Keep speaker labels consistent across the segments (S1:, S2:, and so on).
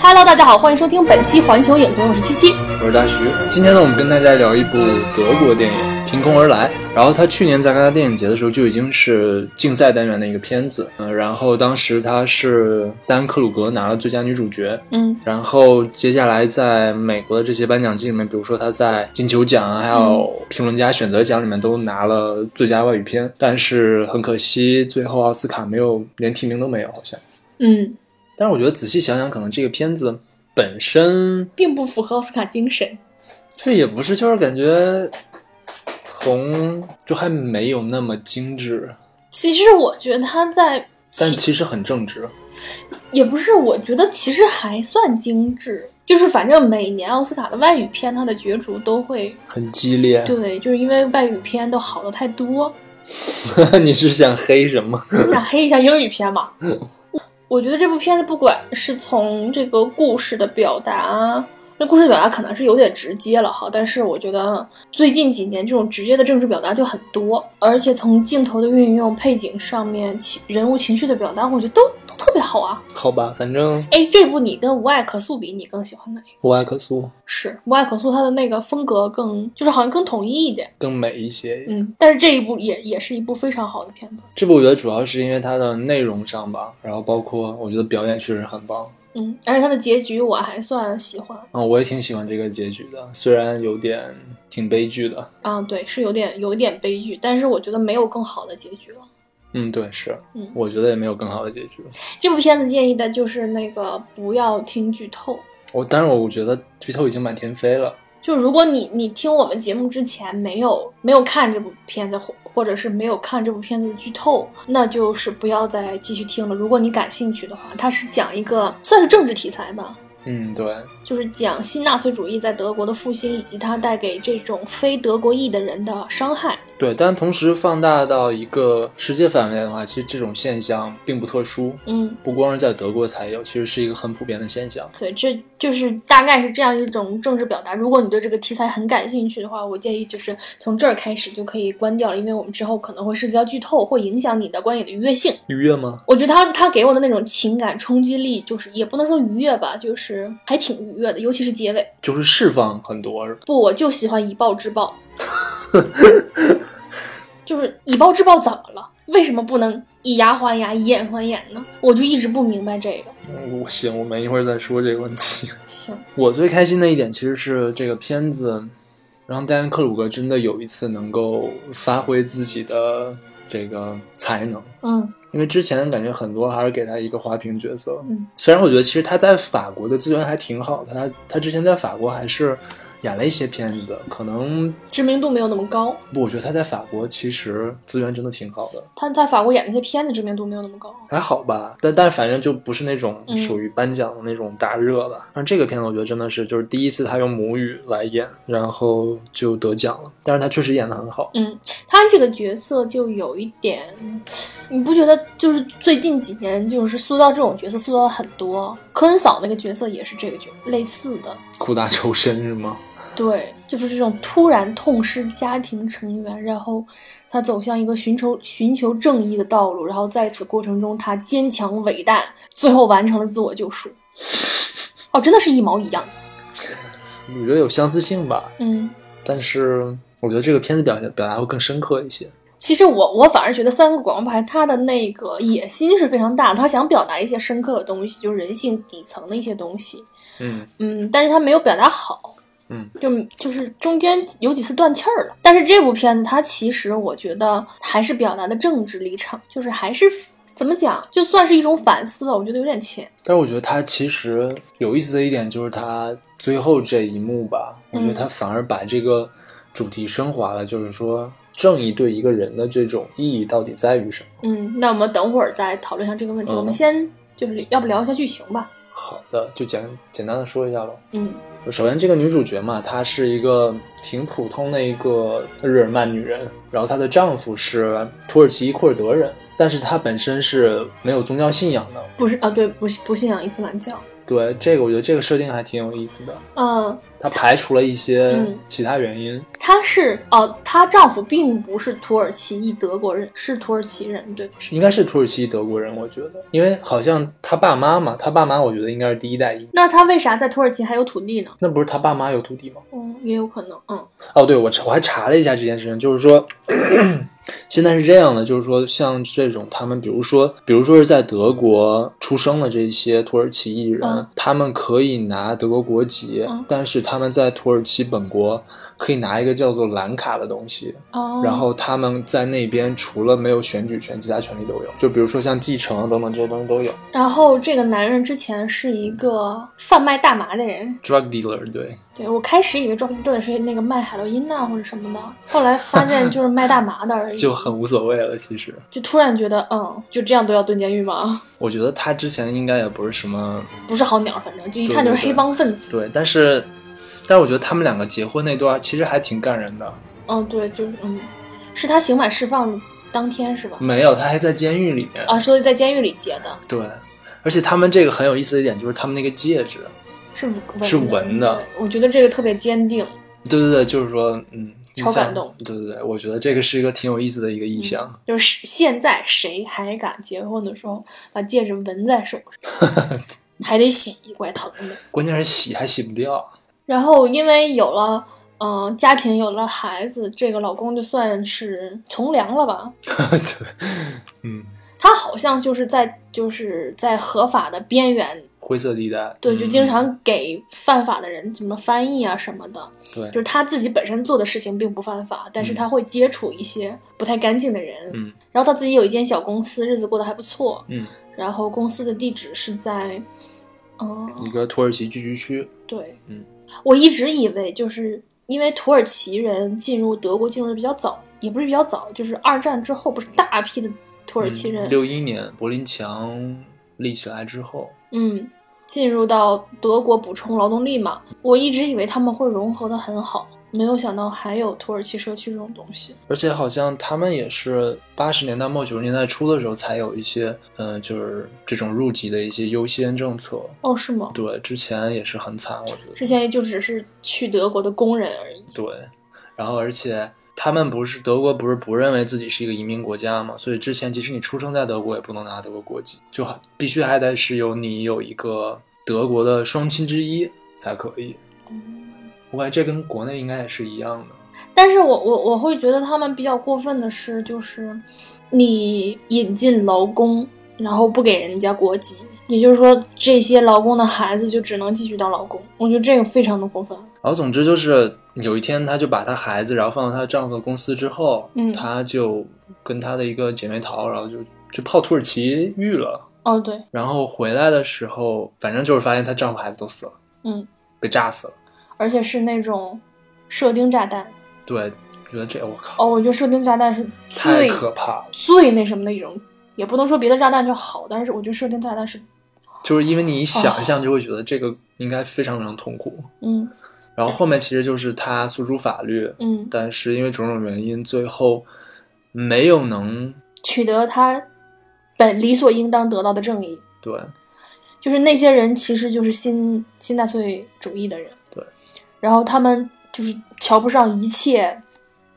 S1: Hello，大家好，欢迎收听本期环球影评，我是七七。
S2: 我是大徐。今天呢，我们跟大家聊一部德国电影《凭空而来》。然后它去年在戛纳电影节的时候就已经是竞赛单元的一个片子，嗯、然后当时它是丹·克鲁格拿了最佳女主角，
S1: 嗯，
S2: 然后接下来在美国的这些颁奖季里面，比如说他在金球奖啊，还有评论家选择奖里面都拿了最佳外语片，但是很可惜，最后奥斯卡没有连提名都没有，好像。
S1: 嗯，
S2: 但是我觉得仔细想想，可能这个片子本身
S1: 并不符合奥斯卡精神。
S2: 这也不是，就是感觉从就还没有那么精致，
S1: 其实我觉得他在，
S2: 但其实很正直。
S1: 也不是，我觉得其实还算精致。就是反正每年奥斯卡的外语片，它的角逐都会
S2: 很激烈。
S1: 对，就是因为外语片都好的太多，
S2: 你是想黑什么？
S1: 你想黑一下英语片嘛？我觉得这部片子不管是从这个故事的表达，那故事的表达可能是有点直接了哈，但是我觉得最近几年这种直接的政治表达就很多，而且从镜头的运用、配景上面、情人物情绪的表达，我觉得都都特别好啊。
S2: 好吧，反正
S1: 哎，这部你跟《无爱可诉》比，你更喜欢哪一个？
S2: 无爱可诉，
S1: 是《无爱可诉》它的那个风格更就是好像更统一一点，
S2: 更美一些。
S1: 嗯，但是这一部也也是一部非常好的片子，
S2: 这部我觉得主要是因为它的内容上吧，然后包括我觉得表演确实很棒。
S1: 嗯，而且它的结局我还算喜欢。
S2: 啊、我也挺喜欢这个结局的，虽然有点挺悲剧的。
S1: 啊，对，是有点有一点悲剧，但是我觉得没有更好的结局了。
S2: 嗯，对，是，
S1: 嗯
S2: 我觉得也没有更好的结局。
S1: 这部片子建议的就是那个不要听剧透，
S2: 我当然我觉得剧透已经满天飞了。
S1: 就如果你你听我们节目之前没有没有看这部片子，或或者是没有看这部片子的剧透，那就是不要再继续听了。如果你感兴趣的话，它是讲一个算是政治题材吧，
S2: 嗯，对，
S1: 就是讲新纳粹主义在德国的复兴以及它带给这种非德国裔的人的伤害。
S2: 对，但同时放大到一个世界范围的话，其实这种现象并不特殊，
S1: 嗯，
S2: 不光是在德国才有，其实是一个很普遍的现象。
S1: 对，这就是大概是这样一种政治表达。如果你对这个题材很感兴趣的话，我建议就是从这儿开始就可以关掉了，因为我们之后可能会涉及到剧透，会影响你的观影的愉悦性。
S2: 愉悦吗？
S1: 我觉得他他给我的那种情感冲击力，就是也不能说愉悦吧，就是还挺愉悦的，尤其是结尾。
S2: 就是释放很多，
S1: 不，我就喜欢以暴制暴， 就是以暴制暴怎么了？为什么不能以牙还牙，以眼还眼呢？我就一直不明白这个。
S2: 嗯我行，我们一会儿再说这个问题。
S1: 行，
S2: 我最开心的一点其实是这个片子让戴安·克鲁格真的有一次能够发挥自己的这个才能，
S1: 嗯
S2: 因为之前感觉很多还是给他一个花瓶角色。
S1: 嗯，
S2: 虽然我觉得其实他在法国的资源还挺好的，他他之前在法国还是演了一些片子的，可能
S1: 知名度没有那么高。
S2: 不，我觉得他在法国其实资源真的挺好的，
S1: 他在法国演那些片子知名度没有那么高。
S2: 还好吧，但但反正就不是那种
S1: 嗯
S2: 属于颁奖的那种大热吧。但这个片子我觉得真的是就是第一次他用母语来演，然后就得奖了，但是他确实演得很好。
S1: 嗯，他这个角色就有一点，你不觉得就是最近几年就是塑造这种角色塑造了很多，科恩嫂那个角色也是这个角类似的，
S2: 苦大仇深是吗？
S1: 对，就是这种突然痛失家庭成员，然后他走向一个寻求寻求正义的道路，然后在此过程中他坚强伟大，最后完成了自我救赎。哦，真的是一毛一样的。
S2: 我觉得有相似性吧，
S1: 嗯，
S2: 但是我觉得这个片子表现表达会更深刻一些。
S1: 其实我我反而觉得三个广告牌它的那个野心是非常大的，他想表达一些深刻的东西，就是人性底层的一些东西。
S2: 嗯，
S1: 嗯，但是他没有表达好。
S2: 嗯，
S1: 就就是中间有几次断气儿了。但是这部片子它其实我觉得还是表达的政治立场，就是还是怎么讲，就算是一种反思吧，我觉得有点浅。
S2: 但是我觉得他其实有意思的一点就是他最后这一幕吧，我
S1: 嗯
S2: 觉得他反而把这个主题升华了，就是说正义对一个人的这种意义到底在于什么？
S1: 嗯，那我们等会儿再讨论一下这个问题。
S2: 嗯
S1: 我们先就是要不聊一下剧情吧。
S2: 好的，就简简单的说一下喽。
S1: 嗯
S2: 首先，这个女主角嘛，她是一个挺普通的一个日耳曼女人，然后她的丈夫是土耳其库尔德人，但是她本身是没有宗教信仰的。
S1: 不是啊，对，不不信仰伊斯兰教。
S2: 对这个，我觉得这个设定还挺有意思的。
S1: 嗯，
S2: 它排除了一些
S1: 嗯
S2: 其他原因，
S1: 她是哦，她丈夫并不是土耳其裔德国人，是土耳其人，对，
S2: 是应该是土耳其德国人，我觉得，因为好像他爸妈嘛，他爸妈我觉得应该是第一代移民。
S1: 那她为啥在土耳其还有土地呢？
S2: 那不是他爸妈有土地吗？
S1: 嗯，也有可能，嗯
S2: 哦，对，我查我还查了一下这件事情，就是说，现在是这样的，就是说，像这种他们，比如说，比如说是在德国出生的这些土耳其裔人，
S1: 嗯
S2: 他们可以拿德国国籍，
S1: 嗯
S2: 但是他们在土耳其本国可以拿一个叫做蓝卡的东西，
S1: 哦，
S2: 然后他们在那边除了没有选举权，其他权利都有，就比如说像继承等等这些东西都有。
S1: 然后这个男人之前是一个贩卖大麻的人，
S2: Drug dealer，对，
S1: 对我开始以为壮丁的是那个卖海洛因呐、或者什么的，后来发现就是卖大麻的而已，
S2: 就很无所谓了，其实。
S1: 就突然觉得，嗯，就这样都要蹲监狱吗？
S2: 我觉得他之前应该也不是什么
S1: 不是好鸟，反正就一看就是黑帮分子。
S2: 对，但是，但是我觉得他们两个结婚那段儿其实还挺感人的。
S1: 嗯，对，就是嗯，是他刑满释放当天是吧？
S2: 没有，他还在监狱里面。
S1: 啊，所以在监狱里结的，
S2: 对，而且他们这个很有意思的一点就是他们那个戒指，
S1: 是纹
S2: 是纹的
S1: 的。对我觉得这个特别坚定。
S2: 对对对，就是说，嗯，你
S1: 超
S2: 像
S1: 感动。嗯
S2: 对对对，我觉得这个是一个挺有意思的一个意象。
S1: 就是现在谁还敢结婚的时候把戒指纹在手上， 还得洗，怪疼的。
S2: 关键是洗还洗不掉。
S1: 然后因为有了。嗯，家庭有了孩子，这个老公就算是从良了吧？
S2: 对，嗯，
S1: 他好像就是在就是在合法的边缘，
S2: 灰色地带。
S1: 对，
S2: 嗯
S1: 就经常给犯法的人怎么翻译啊什么的。
S2: 对
S1: 就是他自己本身做的事情并不犯法，但是他会接触一些不太干净的人。
S2: 嗯
S1: 然后他自己有一间小公司，日子过得还不错。
S2: 嗯，
S1: 然后公司的地址是在，嗯，
S2: 一个土耳其聚居区。
S1: 对，
S2: 嗯，
S1: 我一直以为就是因为土耳其人进入德国进入的比较早，也不是比较早，就是二战之后不是大批的土耳其人，
S2: 嗯六一、年柏林墙立起来之后，
S1: 嗯进入到德国补充劳动力嘛，我一直以为他们会融合的很好，没有想到还有土耳其社区这种东西。
S2: 而且好像他们也是八十年代末九十年代初的时候才有一些，呃，就是这种入籍的一些优先政策。
S1: 哦，是吗？
S2: 对，之前也是很惨，我觉得。
S1: 之前就只是去德国的工人而已。
S2: 对，然后而且他们不是德国，不是不认为自己是一个移民国家嘛，所以之前即使你出生在德国，也不能拿德国国籍，就还必须还得是有你有一个德国的双亲之一才可以。我感觉这跟国内应该也是一样的。
S1: 但是我我我会觉得他们比较过分的是，就是你引进劳工，然后不给人家国籍，也就是说这些劳工的孩子就只能继续当劳工。我觉得这个非常的过分。
S2: 然后总之就是有一天，她就把她孩子，然后放到她丈夫的公司之后，
S1: 嗯
S2: 她就跟她的一个姐妹淘，然后就就泡土耳其浴了。
S1: 哦，对，
S2: 然后回来的时候，反正就是发现她丈夫孩子都死了，
S1: 嗯，
S2: 被炸死了。
S1: 而且是那种射钉炸弹。
S2: 对，觉得这我靠，
S1: 哦，我觉得射钉炸弹是
S2: 太
S1: 最
S2: 可怕了！
S1: 最那什么的一种，也不能说别的炸弹就好，但是我觉得射钉炸弹是，
S2: 就是因为你一
S1: 哦
S2: 想象就会觉得这个应该非常非常痛苦。
S1: 嗯
S2: 然后后面其实就是她诉诸法律，
S1: 嗯，
S2: 但是因为种种原因，最后没有能
S1: 取得他本理所应当得到的正义。
S2: 对。
S1: 就是那些人其实就是新新纳粹主义的人，
S2: 对，
S1: 然后他们就是瞧不上一切。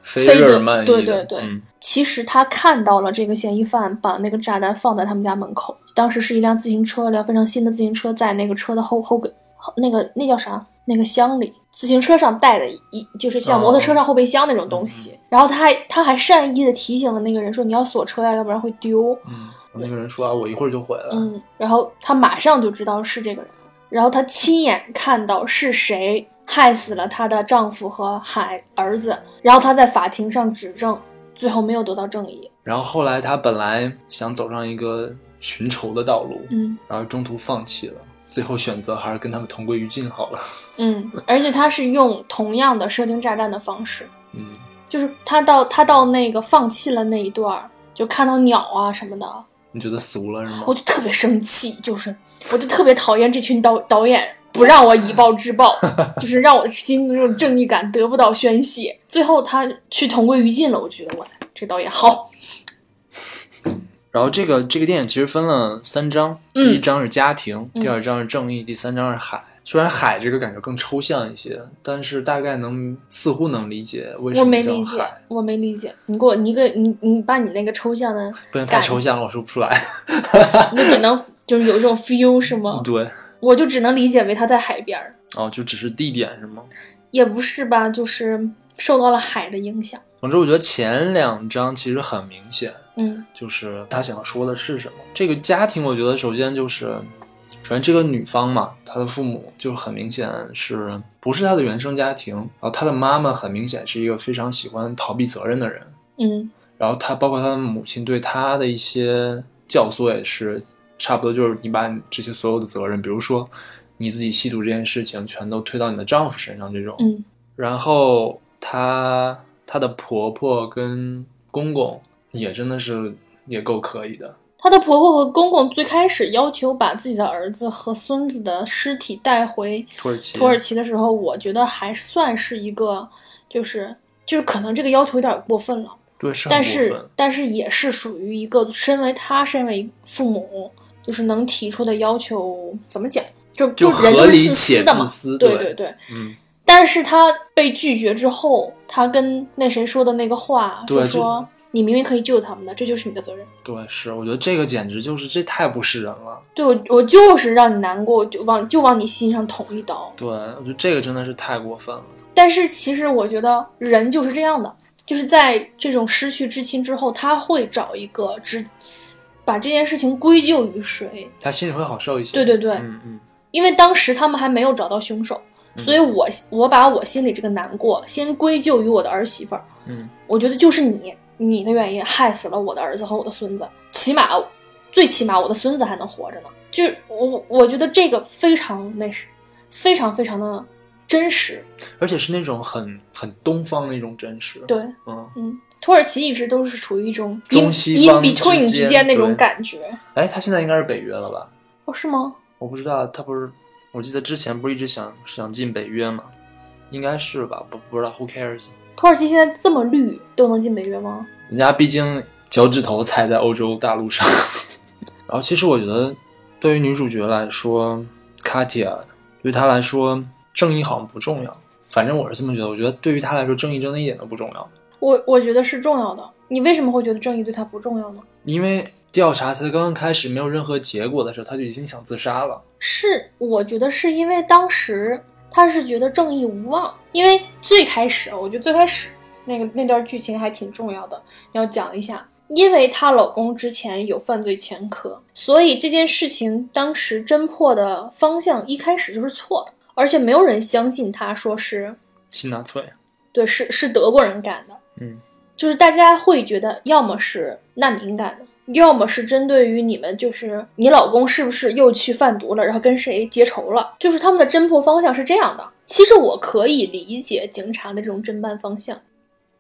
S2: 菲
S1: 非
S2: 日
S1: 得
S2: 尔曼
S1: 对
S2: 裔
S1: 对
S2: 的
S1: 对
S2: 嗯
S1: 其实他看到了这个嫌疑犯把那个炸弹放在他们家门口，当时是一辆自行车，一辆非常新的自行车，在那个车的后后跟后那个那叫啥那个箱里，自行车上带的一就是像
S2: 哦
S1: 摩托车上后备箱那种东西。然后他还他还善意的提醒了那个人说你要锁车呀、要不然会丢。
S2: 嗯，那个人说啊，我一会儿就回来。
S1: 嗯，然后他马上就知道是这个人，然后她亲眼看到是谁害死了她的丈夫和孩儿子，然后她在法庭上指证，最后没有得到正义。
S2: 然后后来他本来想走上一个寻仇的道路，
S1: 嗯
S2: 然后中途放弃了，最后选择还是跟他们同归于尽好了。
S1: 嗯，而且她是用同样的射钉炸弹的方式，
S2: 嗯，
S1: 就是她到她到那个放弃了那一段儿，就看到鸟啊什么的，
S2: 你觉得俗了是吗
S1: 我？就特别生气，就是我就特别讨厌这群导导演不让我以暴制暴，就是让我心中那种正义感得不到宣泄。最后他去同归于尽了，我就觉得哇塞，这导演好。
S2: 然后这个这个电影其实分了三章，
S1: 嗯
S2: 第一章是家庭，
S1: 嗯
S2: 第二章是正义，第三章是海。虽然海这个感觉更抽象一些，但是大概能似乎能理解为什
S1: 我
S2: 么
S1: 没
S2: 叫
S1: 理解
S2: 海，，
S1: 我没理解。你给我，你给你你把你那个抽象的，
S2: 不然太
S1: 感
S2: 抽象了，我说不出来。
S1: 你只能就是有一种 feel 是吗？
S2: 对，
S1: 我就只能理解为他在海边儿，
S2: 哦，就只是地点是吗？
S1: 也不是吧，就是受到了海的影响。
S2: 总之，我觉得前两章其实很明显，
S1: 嗯
S2: 就是他想说的是什么。这个家庭，我觉得首先就是，首先这个女方嘛，她的父母就很明显是不是她的原生家庭，然后她的妈妈很明显是一个非常喜欢逃避责任的人，
S1: 嗯
S2: 然后她包括她的母亲对她的一些教唆也是差不多，就是你把你这些所有的责任，比如说你自己吸毒这件事情，全都推到你的丈夫身上这种。
S1: 嗯
S2: 然后她她的婆婆跟公公也真的是也够可以的，
S1: 她的婆婆和公公最开始要求把自己的儿子和孙子的尸体带回
S2: 土耳其
S1: 土耳其的时候，我觉得还算是一个，就是就是可能这个要求有点过分了，
S2: 对是很
S1: 但
S2: 过分
S1: 是但是也是属于一个身为她身为父母，就是能提出的要求，怎么讲？就
S2: 就
S1: 人
S2: 合
S1: 都是
S2: 理
S1: 自
S2: 且
S1: 私的嘛
S2: 自，私，
S1: 对
S2: 对
S1: 对对。
S2: 嗯，
S1: 但是她被拒绝之后，她跟那谁说的那个话，
S2: 对
S1: 就
S2: 就
S1: 说你明明可以救他们的，这就是你的责任。
S2: 对是，我觉得这个简直就是这太不是人了，
S1: 对我，我就是让你难过，我就往就往你心上捅一刀。
S2: 对我觉得这个真的是太过分了，
S1: 但是其实我觉得人就是这样的，就是在这种失去至亲之后，他会找一个知，把这件事情归咎于谁？
S2: 她心里会好受一些，
S1: 对对对
S2: 嗯嗯，
S1: 因为当时他们还没有找到凶手，
S2: 嗯
S1: 所以我我把我心里这个难过先归咎于我的儿媳妇儿。
S2: 嗯
S1: 我觉得就是你，你的原因害死了我的儿子和我的孙子，起码最起码我的孙子还能活着呢。就是我我觉得这个非常那是非常非常的真实，
S2: 而且是那种很很东方的一种真实，，
S1: 对。
S2: 嗯。
S1: 嗯，土耳其一直都是处于一种
S2: 中
S1: in-
S2: 西方
S1: in between
S2: 之间
S1: 之间那种
S2: 对
S1: 感觉，
S2: 哎，他现在应该是北约了吧？
S1: 哦，是吗？
S2: 我不知道，他不是，我记得之前不是一直想想进北约吗？应该是吧，不不知道，Who cares？
S1: 土耳其现在这么绿都能进北约吗？
S2: 人家毕竟脚趾头踩在欧洲大陆上。 然后，其实我觉得，对于女主角来说，Katia，对于她来说，正义好像不重要。反正我是这么觉得，我觉得对于她来说，正义真的一点都不重要，
S1: 我我觉得是重要的。你为什么会觉得正义对他不重要呢？
S2: 因为调查才刚刚开始，没有任何结果的时候，她就已经想自杀了。
S1: 是，我觉得是因为当时他是觉得正义无望，因为最开始，我觉得最开始那个那段剧情还挺重要的，要讲一下。因为她老公之前有犯罪前科，所以这件事情当时侦破的方向一开始就是错的，而且没有人相信她说是
S2: 辛纳粹，
S1: 对，是是德国人干的，
S2: 嗯，
S1: 就是大家会觉得，要么是难民干的，要么是针对于你们，就是你老公是不是又去贩毒了，然后跟谁结仇了，就是他们的侦破方向是这样的。其实我可以理解警察的这种侦办方向，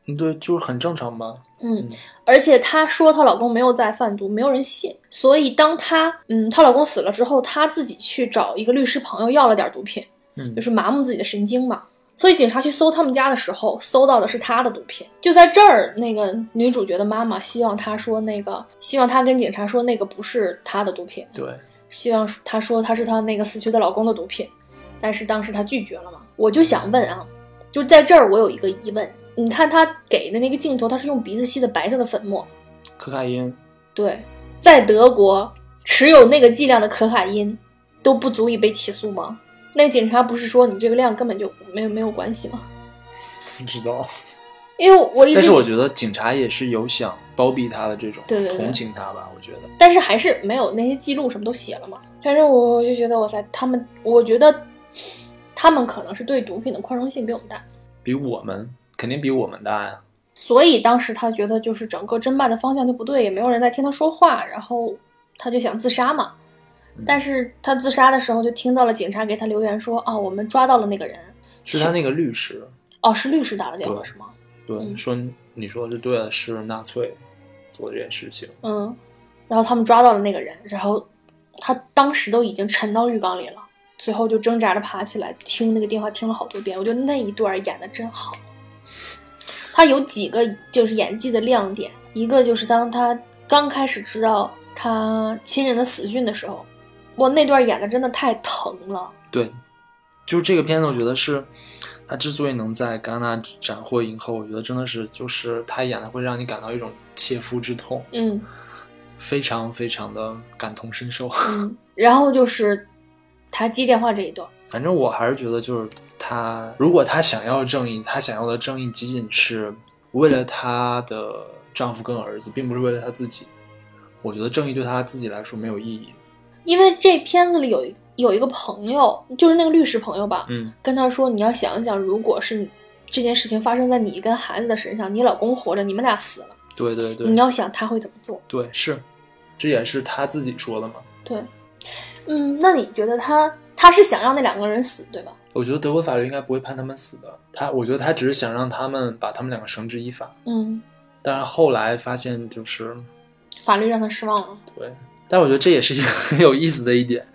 S2: 嗯对，就是很正常吧。
S1: 嗯
S2: 嗯，
S1: 而且她说她老公没有在贩毒，没有人信，所以当她，嗯，她老公死了之后，她自己去找一个律师朋友要了点毒品，
S2: 嗯
S1: 就，是麻木自己的神经嘛。所以警察去搜他们家的时候，搜到的是他的毒品。就在这儿，那个女主角的妈妈希望他说那个，希望他跟警察说那个不是他的毒品，
S2: 对。
S1: 希望他说他是他那个死去的老公的毒品，但是当时他拒绝了嘛。我就想问啊，就在这儿我有一个疑问，你看他给的那个镜头，他是用鼻子吸的白色的粉末，
S2: 可卡因，
S1: 对，在德国持有那个剂量的可卡因都不足以被起诉吗？那警察不是说你这个量根本就没有没有关系吗？
S2: 不知道。
S1: 因为我一直，
S2: 但是我觉得警察也是有想包庇他的这种，
S1: 对对对
S2: 同情他吧。我觉得
S1: 但是还是没有那些记录什么都写了嘛。但是我就觉得，哇塞，他们，我觉得他们可能是对毒品的宽容性比我们大，
S2: 比我们肯定比我们大呀。
S1: 所以当时他觉得就是整个侦办的方向就不对，也没有人在听他说话，然后他就想自杀嘛。
S2: 嗯
S1: 但是他自杀的时候就听到了警察给他留言说啊，我们抓到了那个人，
S2: 是他那个律师，
S1: 哦，是律师打的电话
S2: 对
S1: 是吗？
S2: 对，
S1: 嗯
S2: 说你说的是对的，是纳粹做这件事情。
S1: 嗯，然后他们抓到了那个人，然后他当时都已经沉到浴缸里了，最后就挣扎着爬起来，听那个电话听了好多遍。我觉得那一段演的真好，他有几个就是演技的亮点，一个就是当他刚开始知道他亲人的死讯的时候，我那段演的真的太疼了。
S2: 对，就是这个片子，我觉得是他之所以能在戛纳斩获影后，我觉得真的是就是他演的会让你感到一种切肤之痛，
S1: 嗯
S2: 非常非常的感同身受。
S1: 嗯，然后就是他接电话这一段，
S2: 反正我还是觉得，就是他如果他想要正义，他想要的正义仅仅是为了她的丈夫跟儿子，并不是为了她自己。我觉得正义对她自己来说没有意义。
S1: 因为这片子里有一有一个朋友，就是那个律师朋友吧，
S2: 嗯，
S1: 跟他说你要想一想，如果是这件事情发生在你跟孩子的身上，你老公活着，你们俩死了，
S2: 对对对
S1: 你要想他会怎么做。
S2: 对，是，这也是她自己说的嘛。
S1: 对，嗯，那你觉得他他是想让那两个人死，对吧？
S2: 我觉得德国法律应该不会判他们死的。他，我觉得他只是想让他们把他们两个绳之以法。
S1: 嗯，
S2: 但是后来发现，就是
S1: 法律让他失望了。
S2: 对，但我觉得这也是一个很有意思的一点，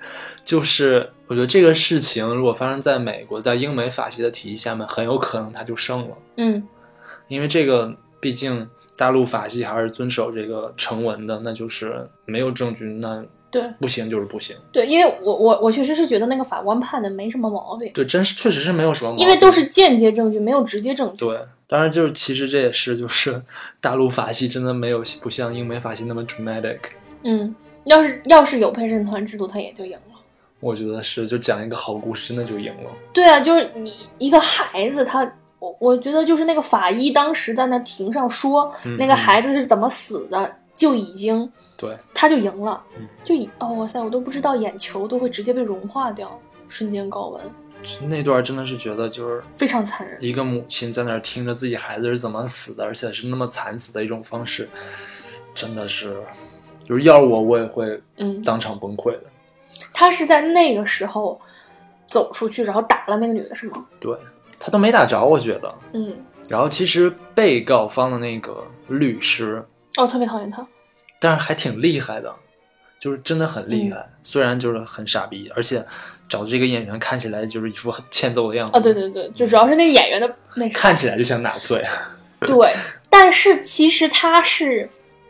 S2: 就是我觉得这个事情如果发生在美国，在英美法系的体系下面，很有可能他就胜了，
S1: 嗯
S2: 因为这个毕竟大陆法系还是遵守这个成文的，那就是没有证据，那
S1: 对
S2: 不行就是不行。
S1: 对，因为我我我确实是觉得那个法官判的没什么毛病，
S2: 对，真是确实是没有什么毛病，
S1: 因为都是间接证据，没有直接证据。
S2: 对。当然，就是其实这也是就是 大陆法系真的没有不像英美法系那么 dramatic，
S1: 嗯，要是要是有陪审团制度，他也就赢了。
S2: 我觉得是就讲一个好故事，真的就赢了。
S1: 对啊，就是你一个孩子他。我我觉得就是那个法医当时在那庭上说
S2: 嗯
S1: 那个孩子是怎么死的，就已经
S2: 对，
S1: 他就赢了
S2: 嗯，
S1: 就已哦哇塞，我都不知道眼球都会直接被融化掉，瞬间高温，
S2: 那段真的是觉得就是
S1: 非常残忍。
S2: 一个母亲在那儿听着自己孩子是怎么死的，而且是那么惨死的一种方式，真的是，就是要我我也会
S1: 嗯，
S2: 当场崩溃的。
S1: 他是在那个时候走出去，然后打了那个女的是吗？
S2: 对他都没打着，我觉得。
S1: 嗯，
S2: 然后其实被告方的那个律师，
S1: 哦，我特别讨厌他。
S2: 但是还挺厉害的，就是真的很
S1: 嗯
S2: 厉害。虽然就是很傻逼，而且找的这个演员看起来就是一副很欠揍的样子。
S1: 哦，对，对对，就主要是那个演员的那 啥。
S2: 看起来就像纳粹。啊
S1: 对，但是其实他是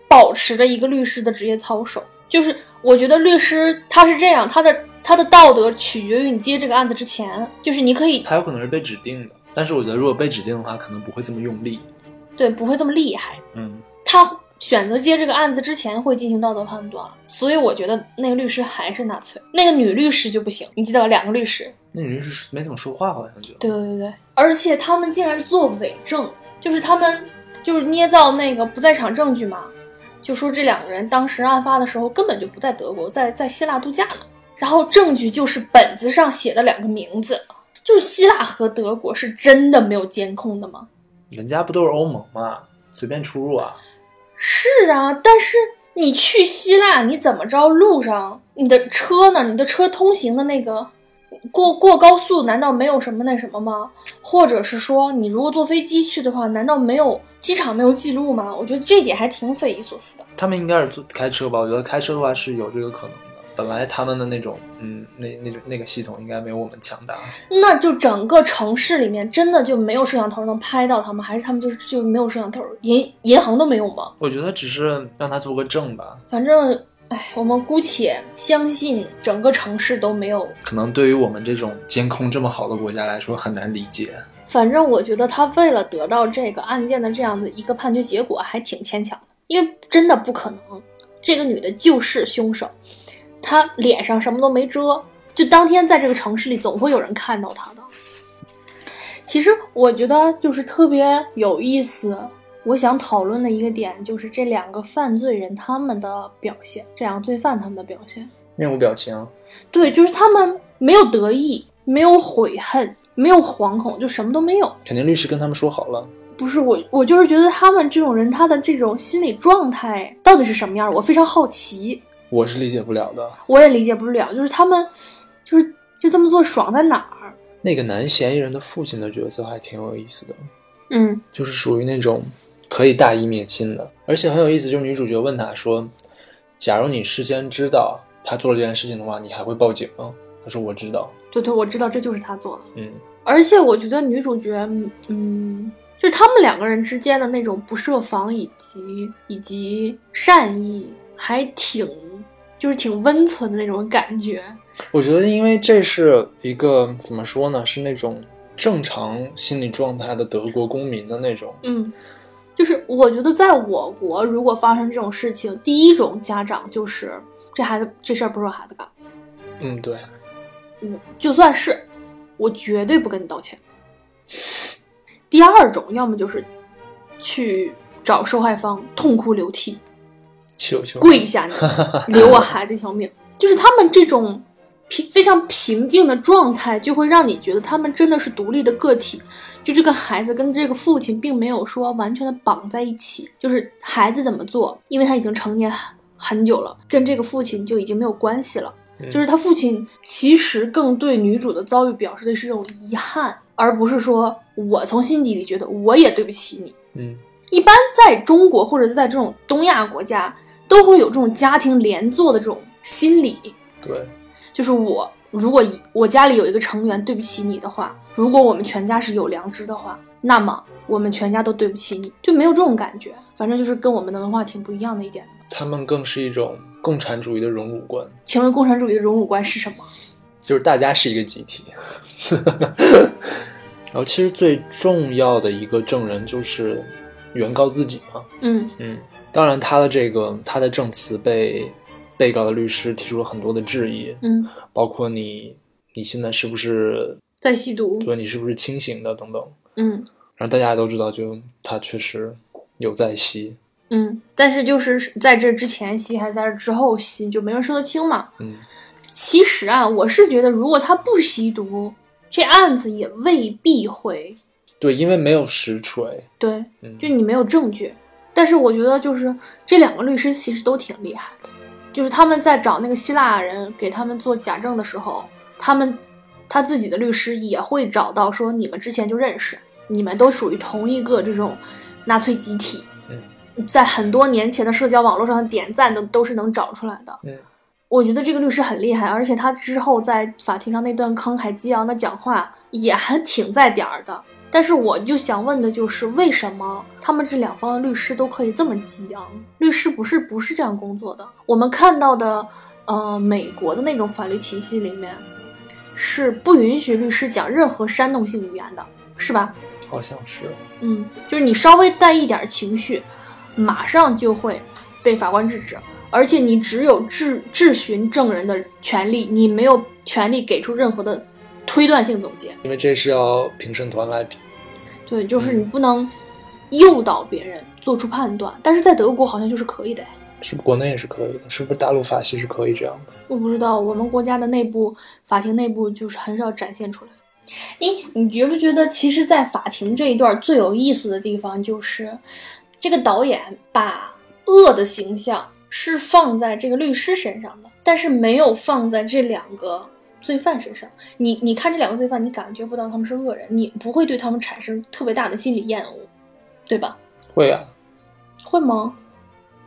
S1: 保持着一个律师的职业操守，就是我觉得律师他是这样，他的他的道德取决于你接这个案子之前，就是你可以
S2: 他有可能是被指定的，但是我觉得如果被指定的话，可能不会这么用力。
S1: 对不会这么厉害，
S2: 嗯，
S1: 他选择接这个案子之前会进行道德判断，所以我觉得那个律师还是纳粹，那个女律师就不行。你记得吧？两个律师，
S2: 那女人是没怎么说话，好像就。
S1: 对对对对，而且他们竟然做伪证，就是他们就是捏造那个不在场证据嘛，就说这两个人当时案发的时候根本就不在德国，在在希腊度假呢。然后证据就是本子上写的两个名字，就是希腊和德国是真的没有监控的吗？
S2: 人家不都是欧盟嘛，随便出入啊。
S1: 是啊，但是你去希腊，你怎么着路上你的车呢？你的车通行的那个过过高速，难道没有什么那什么吗？或者是说，你如果坐飞机去的话，难道没有机场没有记录吗？我觉得这点还挺匪夷所思的。
S2: 他们应该是坐开车吧？我觉得开车的话是有这个可能的。本来他们的那种，嗯，那那种那个系统应该没有我们强大。
S1: 那就整个城市里面真的就没有摄像头能拍到他们，还是他们就是就没有摄像头，银银行都没有吗？
S2: 我觉得只是让他做个证吧。
S1: 反正，哎，我们姑且相信整个城市都没有
S2: 可能对于我们这种监控这么好的国家来说很难理解。
S1: 反正我觉得他为了得到这个案件的这样的一个判决结果，还挺牵强的，因为真的不可能，这个女的就是凶手，她脸上什么都没遮，就当天在这个城市里总会有人看到她的。其实我觉得就是特别有意思，我想讨论的一个点就是这两个犯罪人他们的表现，这两个罪犯他们的表现。
S2: 面无表情，
S1: 对，就是他们没有得意，没有悔恨，没有惶恐，就什么都没有。
S2: 肯定律师跟他们说好了。
S1: 不是我，我就是觉得他们这种人，他的这种心理状态到底是什么样儿，我非常好奇，
S2: 我是理解不了的。
S1: 我也理解不了。就是他们，就是就这么做爽在哪儿？
S2: 那个男嫌疑人的父亲的角色还挺有意思的。
S1: 嗯
S2: 就是属于那种可以大义灭亲的。而且很有意思，就是女主角问他说：“假如你事先知道他做了这件事情的话，你还会报警吗？”他说：“我知道。
S1: 对对，我知道这就是他做的。”
S2: 嗯，
S1: 而且我觉得女主角，嗯，就是他们两个人之间的那种不设防以及以及善意，还挺就是挺温存的那种感觉。
S2: 我觉得，因为这是一个怎么说呢，是那种正常心理状态的德国公民的那种。
S1: 嗯，就是我觉得在我国，如果发生这种事情，第一种家长就是这孩子这事儿不是我孩子干，
S2: 嗯，对，
S1: 嗯，就算是我绝对不跟你道歉。第二种，要么就是去找受害方痛哭流涕，
S2: 求求
S1: 跪下你，留我孩子一条命。就是他们这种平非常平静的状态，就会让你觉得他们真的是独立的个体。就这个孩子跟这个父亲并没有说完全的绑在一起，就是孩子怎么做，因为他已经成年很久了，跟这个父亲就已经没有关系了。
S2: 嗯
S1: 就是他父亲其实更对女主的遭遇表示的是一种遗憾，而不是说我从心底里觉得我也对不起你。
S2: 嗯，
S1: 一般在中国或者是在这种东亚国家，都会有这种家庭连坐的这种心理，
S2: 对，
S1: 就是我如果一我家里有一个成员对不起你的话，如果我们全家是有良知的话，那么我们全家都对不起你，就没有这种感觉。反正就是跟我们的文化挺不一样的一点。
S2: 他们更是一种共产主义的荣辱观，
S1: 请问共产主义的荣辱观是什么？
S2: 就是大家是一个集体。 然后，其实最重要的一个证人就是原告自己嘛。
S1: 嗯
S2: 嗯，当然，他的这个他的证词被被告的律师提出了很多的质疑，
S1: 嗯，
S2: 包括你你现在是不是
S1: 在吸毒。
S2: 对你是不是清醒的等等。
S1: 嗯
S2: 然后大家都知道就，他确实有在吸，
S1: 嗯，但是就是在这之前吸还是在这之后吸，就没人说得清嘛。
S2: 嗯，
S1: 其实啊，我是觉得如果他不吸毒，这案子也未必会
S2: 对，因为没有实锤，
S1: 对。
S2: 嗯，
S1: 就你没有证据。但是我觉得，就是这两个律师其实都挺厉害的，就是他们在找那个希腊人给他们做假证的时候，他们他自己的律师也会找到说你们之前就认识，你们都属于同一个这种纳粹集体，
S2: 嗯
S1: 在很多年前的社交网络上的点赞都都是能找出来的。
S2: 嗯，
S1: 我觉得这个律师很厉害，而且他之后在法庭上那段慷慨激昂的讲话也还挺在点儿的。但是我就想问的就是，为什么他们这两方的律师都可以这么激昂？律师不是不是这样工作的。我们看到的，呃，美国的那种法律体系里面，是不允许律师讲任何煽动性语言的，是吧？
S2: 好像是，
S1: 嗯，就是你稍微带一点情绪，马上就会被法官制止，而且你只有质质询证人的权利，你没有权利给出任何的推断性总结。
S2: 因为这是要评审团来评，
S1: 对，就是你不能诱导别人做出判断，但是在德国好像就是可以的。
S2: 是不是国内也是可以的？是不是大陆法系是可以这样的？
S1: 我不知道我们国家的内部法庭内部就是很少展现出来。诶，你觉不觉得，其实，在法庭这一段最有意思的地方就是，这个导演把恶的形象是放在这个律师身上的，但是没有放在这两个罪犯身上。你你看这两个罪犯，你感觉不到他们是恶人，你不会对他们产生特别大的心理厌恶，对吧？
S2: 会啊，
S1: 会吗？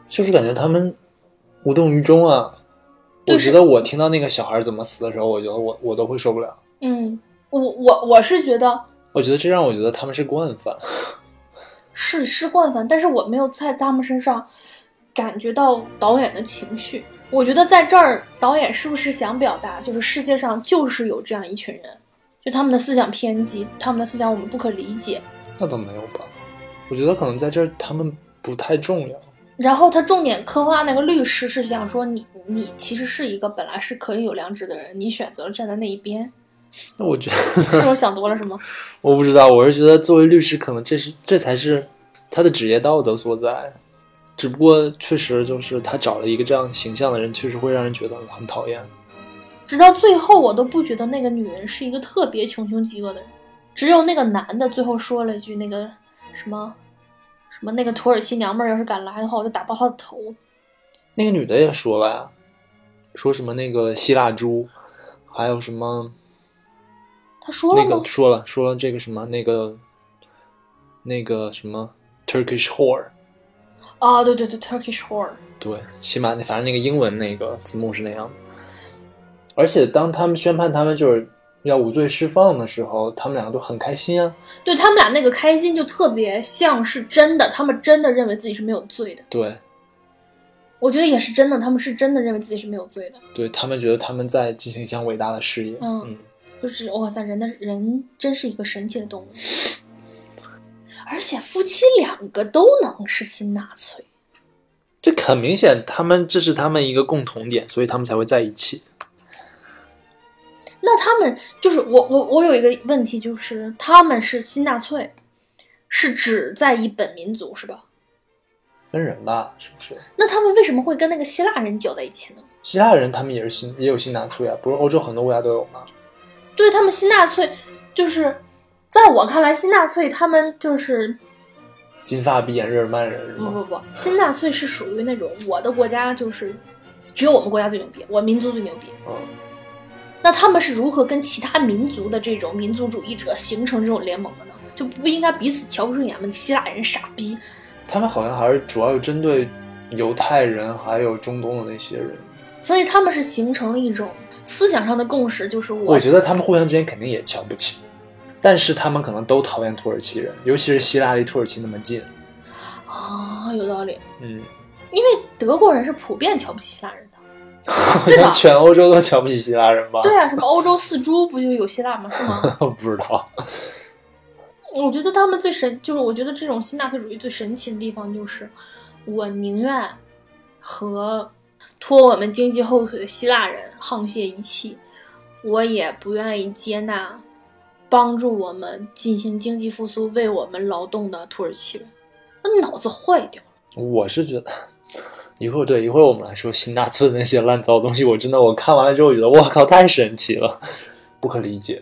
S2: 就是感觉他们无动于衷啊。我
S1: 就是
S2: 觉得我听到那个小孩怎么死的时候，我觉得我我都会受不了。
S1: 嗯，我我我是觉得
S2: 我觉得这让我觉得他们是惯犯，
S1: 是是惯犯，但是我没有在他们身上感觉到导演的情绪。我觉得在这儿，导演是不是想表达，就是世界上就是有这样一群人，就他们的思想偏激，他们的思想我们不可理解。
S2: 那倒没有吧？我觉得可能在这儿他们不太重要。
S1: 然后他重点刻画那个律师是想说你，你其实是一个本来是可以有良知的人，你选择了站在那一边，
S2: 那我觉得
S1: 是我想多了是吗？
S2: 我不知道，我是觉得作为律师，可能这是这才是他的职业道德所在。只不过确实就是他找了一个这样形象的人，确实会让人觉得很讨厌。
S1: 直到最后，我都不觉得那个女人是一个特别穷凶极恶的人。只有那个男的最后说了一句那个什么什么那个土耳其娘们儿要是敢来的话，我就打爆她的头。
S2: 那个女的也说了呀，说什么那个希腊猪，还有什么
S1: 他说了
S2: 那
S1: 吗？
S2: 个说了说了这个什么那个那个什么 Turkish whore，
S1: 啊，对对对，Turkish whore。
S2: 对，起码那反正那个英文那个字幕是那样的。而且当他们宣判他们就是要无罪释放的时候，他们两个都很开心啊。
S1: 对他们俩那个开心就特别像是真的，他们真的认为自己是没有罪的。
S2: 对，
S1: 我觉得也是真的，他们是真的认为自己是没有罪的。
S2: 对他们觉得他们在进行一项伟大的事业。
S1: 嗯
S2: 嗯，
S1: 就是哇塞，人的人真是一个神奇的动物， 而且夫妻两个都能是新纳粹。
S2: 这很明显，他们这是他们一个共同点，所以他们才会在一起。
S1: 那他们就是我我我有一个问题，就是他们是新纳粹，是只在意本民族是吧？
S2: 分人吧，是不是？
S1: 那他们为什么会跟那个希腊人搅在一起呢？
S2: 希腊人他们也是新，也有新纳粹啊，不是欧洲很多国家都有吗？
S1: 对他们新纳粹，就是在我看来，新纳粹他们就是
S2: 金发碧眼日耳曼人是
S1: 不
S2: 吗？
S1: 不不，新纳粹是属于那种我的国家就是只有我们国家最牛逼，我民族最牛逼。
S2: 嗯，
S1: 那他们是如何跟其他民族的这种民族主义者形成这种联盟的呢？就不应该彼此瞧不顺眼吗？你希腊人傻逼，
S2: 他们好像还是主要有针对犹太人还有中东的那些人。
S1: 所以他们是形成了一种思想上的共识，就是我
S2: 我觉得他们互相之间肯定也瞧不起，但是他们可能都讨厌土耳其人，尤其是希腊离土耳其那么近。
S1: 啊，有道理，
S2: 嗯，
S1: 因为德国人是普遍瞧不起希腊人的。
S2: 好
S1: 对吧
S2: 像全欧洲都瞧不起希腊人吧？
S1: 对啊，什么欧洲四猪不就有希腊吗？是吗？
S2: 不知道。
S1: 我觉得他们最神，就是我觉得这种新纳粹主义最神奇的地方就是，我宁愿和拖我们经济后腿的希腊人沆瀣一气，我也不愿意接纳帮助我们进行经济复苏、为我们劳动的土耳其人。那脑子坏掉了，
S2: 我是觉得，一会儿对，一会儿我们来说新纳粹的那些乱糟东西，我真的我看完了之后觉得，我靠，太神奇了，不可理解。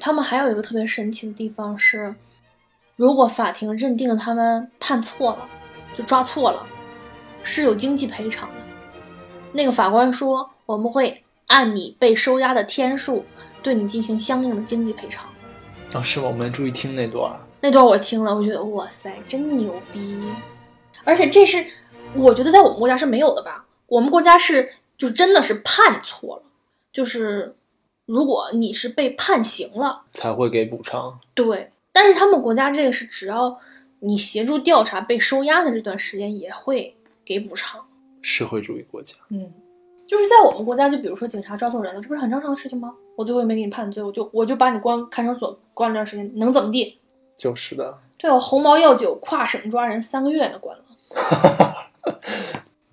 S1: 他们还有一个特别神奇的地方是，如果法庭认定他们判错了，就抓错了，是有经济赔偿的。那个法官说，我们会按你被收押的天数，对你进行相应的经济赔偿。
S2: 哦，是吗？我没注意听那段儿。
S1: 那段我听了，我觉得哇塞，真牛逼！而且这是我觉得在我们国家是没有的吧？我们国家是就真的是判错了，就是如果你是被判刑了。
S2: 才会给补偿。
S1: 对，但是他们国家这个是只要你协助调查被收押的这段时间也会给补偿。
S2: 社会主义国家，
S1: 嗯，就是在我们国家，就比如说警察抓错人了，这不是很正常的事情吗？我最后也没给你判罪，我就我就把你关看守所关了段时间，能怎么地？
S2: 就是的。
S1: 对我红毛药酒跨省抓人三个月呢，关了。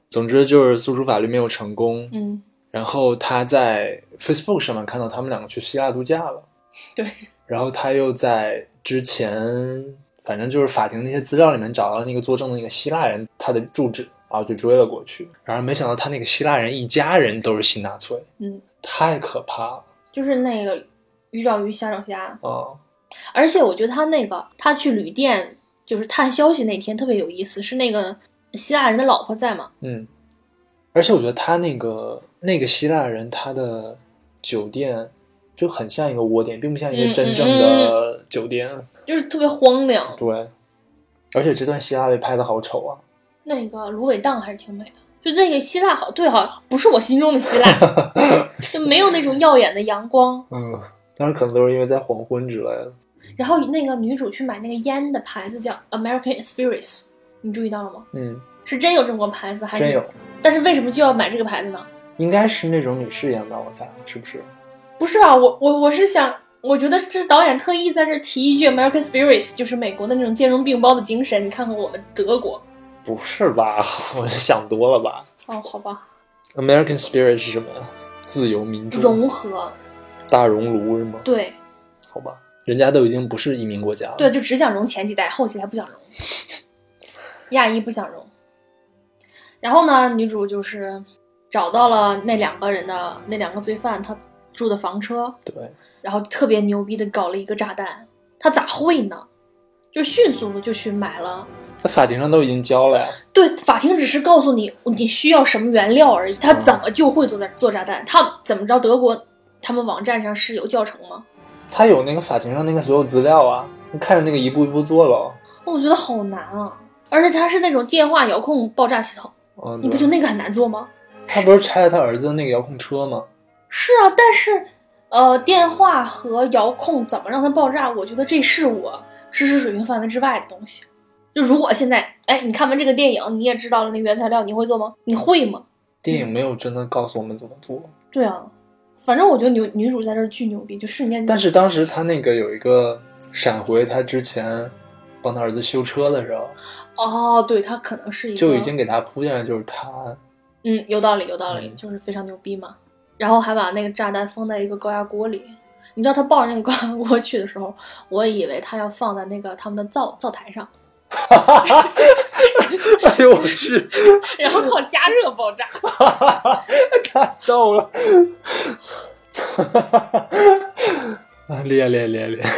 S2: 总之就是诉诸法律没有成功。
S1: 嗯，
S2: 然后他在 Facebook 上面看到他们两个去希腊度假了。
S1: 对。
S2: 然后他又在之前，反正就是法庭那些资料里面找到了那个作证的那个希腊人他的住址，然后就追了过去。然后没想到他那个希腊人一家人都是新纳粹，
S1: 嗯，
S2: 太可怕了
S1: 就是那个鱼找鱼，虾找虾。
S2: 啊！
S1: 而且我觉得他那个他去旅店就是探消息那天特别有意思，是那个希腊人的老婆在嘛？
S2: 嗯，而且我觉得他那个那个希腊人他的酒店就很像一个窝点，并不像一
S1: 嗯
S2: 个真正
S1: 嗯
S2: 的酒店。
S1: 就是特别荒凉。
S2: 对，而且这段希腊被拍的好丑啊！
S1: 那个芦苇荡还是挺美的，就那个希腊好，对好，不是我心中的希腊，就没有那种耀眼的阳光。
S2: 嗯，当然可能都是因为在黄昏之类的。
S1: 然后那个女主去买那个烟的牌子叫 American Spirits，你注意到了吗？
S2: 嗯，
S1: 是真有这么个牌子还是？
S2: 真有。，
S1: 但是为什么就要买这个牌子呢？
S2: 应该是那种女士烟吧，我猜是不是？
S1: 不是啊，我我我是想，我觉得这是导演特意在这提一句 American Spirits，就是美国的那种兼容并包的精神。你看看我们德国，
S2: 不是吧？ 我想多了吧
S1: 哦，好吧，
S2: ？American Spirit 是什么呀？自由民主
S1: 融合，
S2: 大熔炉是吗？
S1: 对
S2: 好吧，人家都已经不是移民国家了。
S1: 对，，就只想融前几代，后几代不想融，亚裔不想融。然后呢，女主就是找到了那两个人的那两个罪犯，他住的房车，
S2: 对，
S1: 然后特别牛逼的搞了一个炸弹，他咋会呢？就迅速的就去买了。
S2: 在法庭上都已经交了呀。
S1: 对，法庭只是告诉你你需要什么原料而已，他怎么就会做炸做炸弹？他怎么着？德国他们网站上是有教程吗？
S2: 他有那个法庭上那个所有资料啊，你看着那个一步一步做了。
S1: 我觉得好难啊！而且他是那种电话遥控爆炸系统。
S2: 嗯，
S1: 你不
S2: 对
S1: 觉得那个很难做吗？
S2: 他不是拆了他儿子的那个遥控车吗？
S1: 是啊，但是呃，电话和遥控怎么让它爆炸，我觉得这是我知识水平范围之外的东西。就如果现在，哎，你看完这个电影，你也知道了那个原材料，你会做吗？你会吗？
S2: 电影没有真的告诉我们怎么做，
S1: 对啊，反正我觉得女女主在这儿巨牛逼，就瞬间。
S2: 但是当时他那个有一个闪回，他之前帮他儿子修车的时候，
S1: 哦，对，她可能是一个
S2: 就已经给他铺垫了，就是他
S1: 嗯，有道理，有道理，
S2: 嗯
S1: 就是非常牛逼嘛。然后还把那个炸弹放在一个高压锅里，你知道他抱着那个高压锅去的时候，我以为他要放在那个他们的灶灶台上，
S2: 哎呦我去，
S1: 然后靠加热爆炸。
S2: 太逗 了！啊，厉害厉害厉害厉害！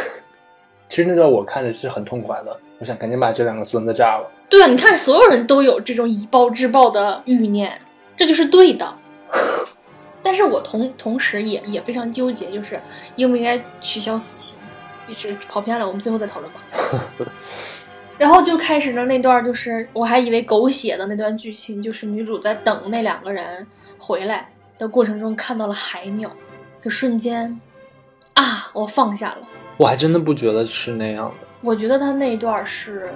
S2: 其实那段我看着是很痛快的，我想赶紧把这两个孙子炸了。
S1: 对啊，你看所有人都有这种以暴制暴的欲念，这就是对 的。但是我同同时也也非常纠结，就是应不应该取消死刑？一直跑偏了，我们最后再讨 论吧。然后就开始了那段，就是我还以为狗血的那段剧情，就是女主在等那两个人回来的过程中看到了海鸟，这瞬间啊，我放下了。
S2: 我还真的不觉得是那样的，
S1: 我觉得他那一段是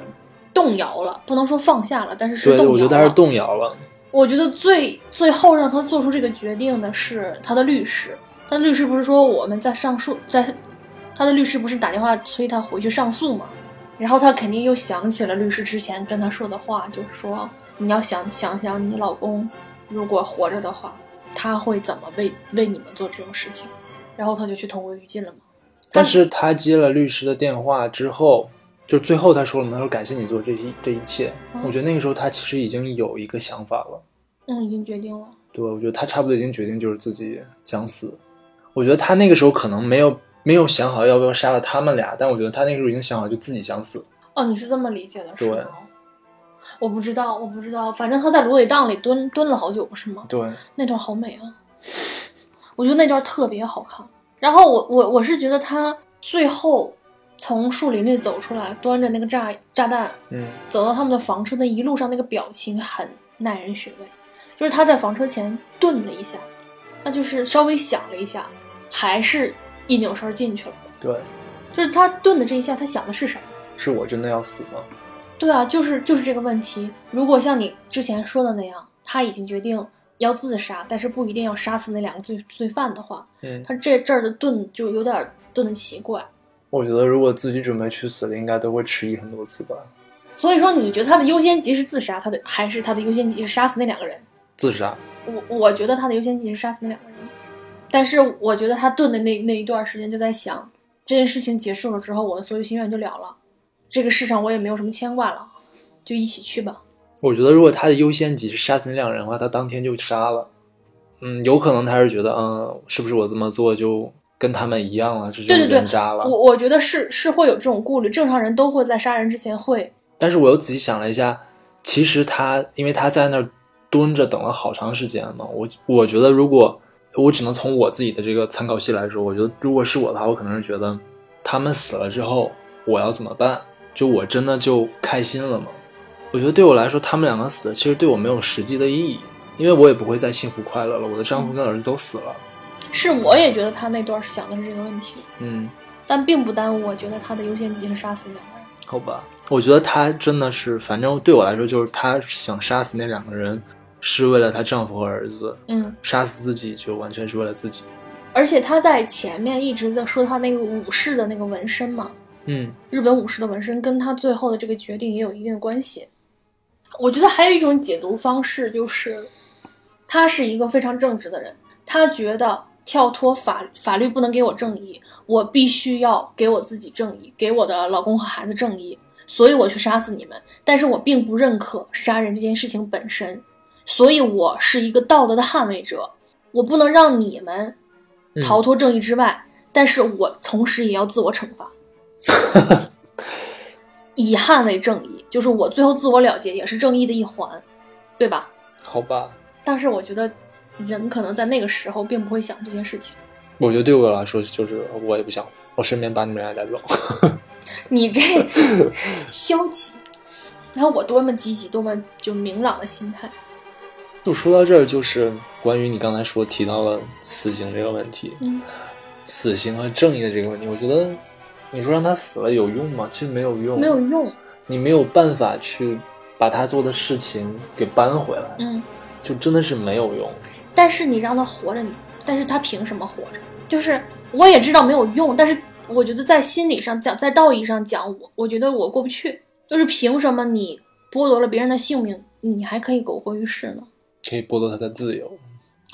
S1: 动摇了，不能说放下了，但是是动摇了。
S2: 对，我觉得他是动摇了。
S1: 我觉得最最后让他做出这个决定的是他的律师，但律师不是说我们在上诉，在他的律师不是打电话催他回去上诉吗？然后他肯定又想起了律师之前跟他说的话，就是说你要想想想你老公如果活着的话，他会怎么为为你们做这种事情，然后他就去同归于尽了嘛。
S2: 但是他接了律师的电话之后，就最后他说了嘛，他说感谢你做这一这一切。
S1: 嗯
S2: 我觉得那个时候他其实已经有一个想法了。
S1: 嗯，已经决定了。
S2: 对，我觉得他差不多已经决定就是自己想死。我觉得他那个时候可能没有没有想好要不要杀了他们俩，但我觉得他那个时候已经想好就自己想死。
S1: 哦，你是这么理解的，是
S2: 对
S1: 吗？我不知道，我不知道，反正他在芦苇荡里蹲蹲了好久，不是吗？
S2: 对，
S1: 那段好美啊，我觉得那段特别好看。然后我我我是觉得他最后从树林里走出来，端着那个炸炸弹
S2: 嗯，
S1: 走到他们的房车那一路上，那个表情很耐人寻味。就是他在房车前顿了一下，他就是稍微想了一下，还是一扭身进去了。
S2: 对，
S1: 就是他顿的这一下，他想的是啥？
S2: 是我真的要死吗？
S1: 对啊，就是就是这个问题。如果像你之前说的那样，他已经决定要自杀，但是不一定要杀死那两个罪罪犯的话，
S2: 嗯，
S1: 他这阵儿的盾就有点儿盾的奇怪。
S2: 我觉得如果自己准备去死了，应该都会迟疑很多次吧。
S1: 所以说，你觉得他的优先级是自杀，他的还是他的优先级是杀死那两个人？
S2: 自杀，
S1: 我我觉得他的优先级是杀死那两个人，但是我觉得他盾的那那一段时间就在想，这件事情结束了之后，我的所有心愿就了了，这个世上我也没有什么牵挂了，就一起去吧。
S2: 我觉得如果他的优先级是杀死那两人的话，他当天就杀了。嗯，有可能他是觉得，嗯，是不是我这么做就跟他们一样了，这就
S1: 对
S2: 是
S1: 对对
S2: 人渣了。
S1: 我我觉得是是会有这种顾虑，正常人都会在杀人之前会，
S2: 但是我又仔细想了一下，其实他因为他在那儿蹲着等了好长时间嘛，我我觉得如果我只能从我自己的这个参考系来说，我觉得如果是我的话，我可能是觉得他们死了之后我要怎么办？就我真的就开心了吗？我觉得对我来说，他们两个死了，其实对我没有实际的意义，因为我也不会再幸福快乐了。我的丈夫跟儿子都死了，
S1: 是我也觉得他那段是想的是这个问题，
S2: 嗯，
S1: 但并不耽误我觉得他的优先级是杀死两个人。
S2: 好吧，我觉得她真的是，反正对我来说，就是她想杀死那两个人，是为了她丈夫和儿子，
S1: 嗯，
S2: 杀死自己就完全是为了自己。
S1: 而且他在前面一直在说他那个武士的那个纹身嘛，
S2: 嗯，
S1: 日本武士的纹身跟他最后的这个决定也有一定的关系。我觉得还有一种解读方式就是，他是一个非常正直的人，他觉得跳脱法法律不能给我正义，我必须要给我自己正义，给我的老公和孩子正义，所以我去杀死你们。但是我并不认可杀人这件事情本身，所以我是一个道德的捍卫者，我不能让你们
S2: 嗯
S1: 逃脱正义之外，但是我同时也要自我惩罚。以捍卫正义，就是我最后自我了结也是正义的一环，对吧？
S2: 好吧，
S1: 但是我觉得人可能在那个时候并不会想这些事情。
S2: 我觉得对我来说，就是我也不想，我顺便把你们俩带走。
S1: 你这消极，然后我多么积极，多么就明朗的心态。
S2: 就说到这儿，就是关于你刚才说提到了死刑这个问题。
S1: 嗯，
S2: 死刑和正义的这个问题，我觉得你说让他死了有用吗？其实没有用，
S1: 没有，用。
S2: 你没有办法去把他做的事情给扳回来，
S1: 嗯，
S2: 就真的是没有用。
S1: 但是你让他活着，但是他凭什么活着？就是我也知道没有用，但是我觉得在心理上讲，在道义上讲，我我觉得我过不去。就是凭什么你剥夺了别人的性命，你还可以苟活于世呢？
S2: 可以剥夺他的自由，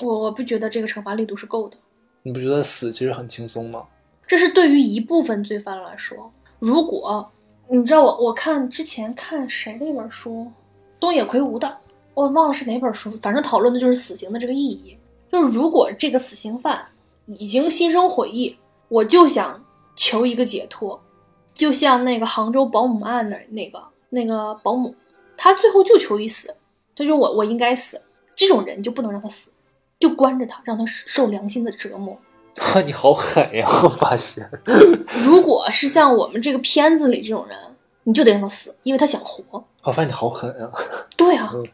S1: 我我不觉得这个惩罚力度是够的。
S2: 你不觉得死其实很轻松吗？
S1: 这是对于一部分罪犯来说。如果你知道我，我看之前看谁的一本书，东野圭吾的，我忘了是哪本书，反正讨论的就是死刑的这个意义。就是如果这个死刑犯已经心生悔意，我就想求一个解脱，就像那个杭州保姆案的那个那个保姆，他最后就求一死，他说我我应该死，这种人就不能让他死，就关着他，让他受良心的折磨。
S2: 哇，你好狠呀！我发现，
S1: 如果是像我们这个片子里这种人，你就得让他死，因为他想活。
S2: 我发现你好狠呀！
S1: 对啊
S2: 嗯，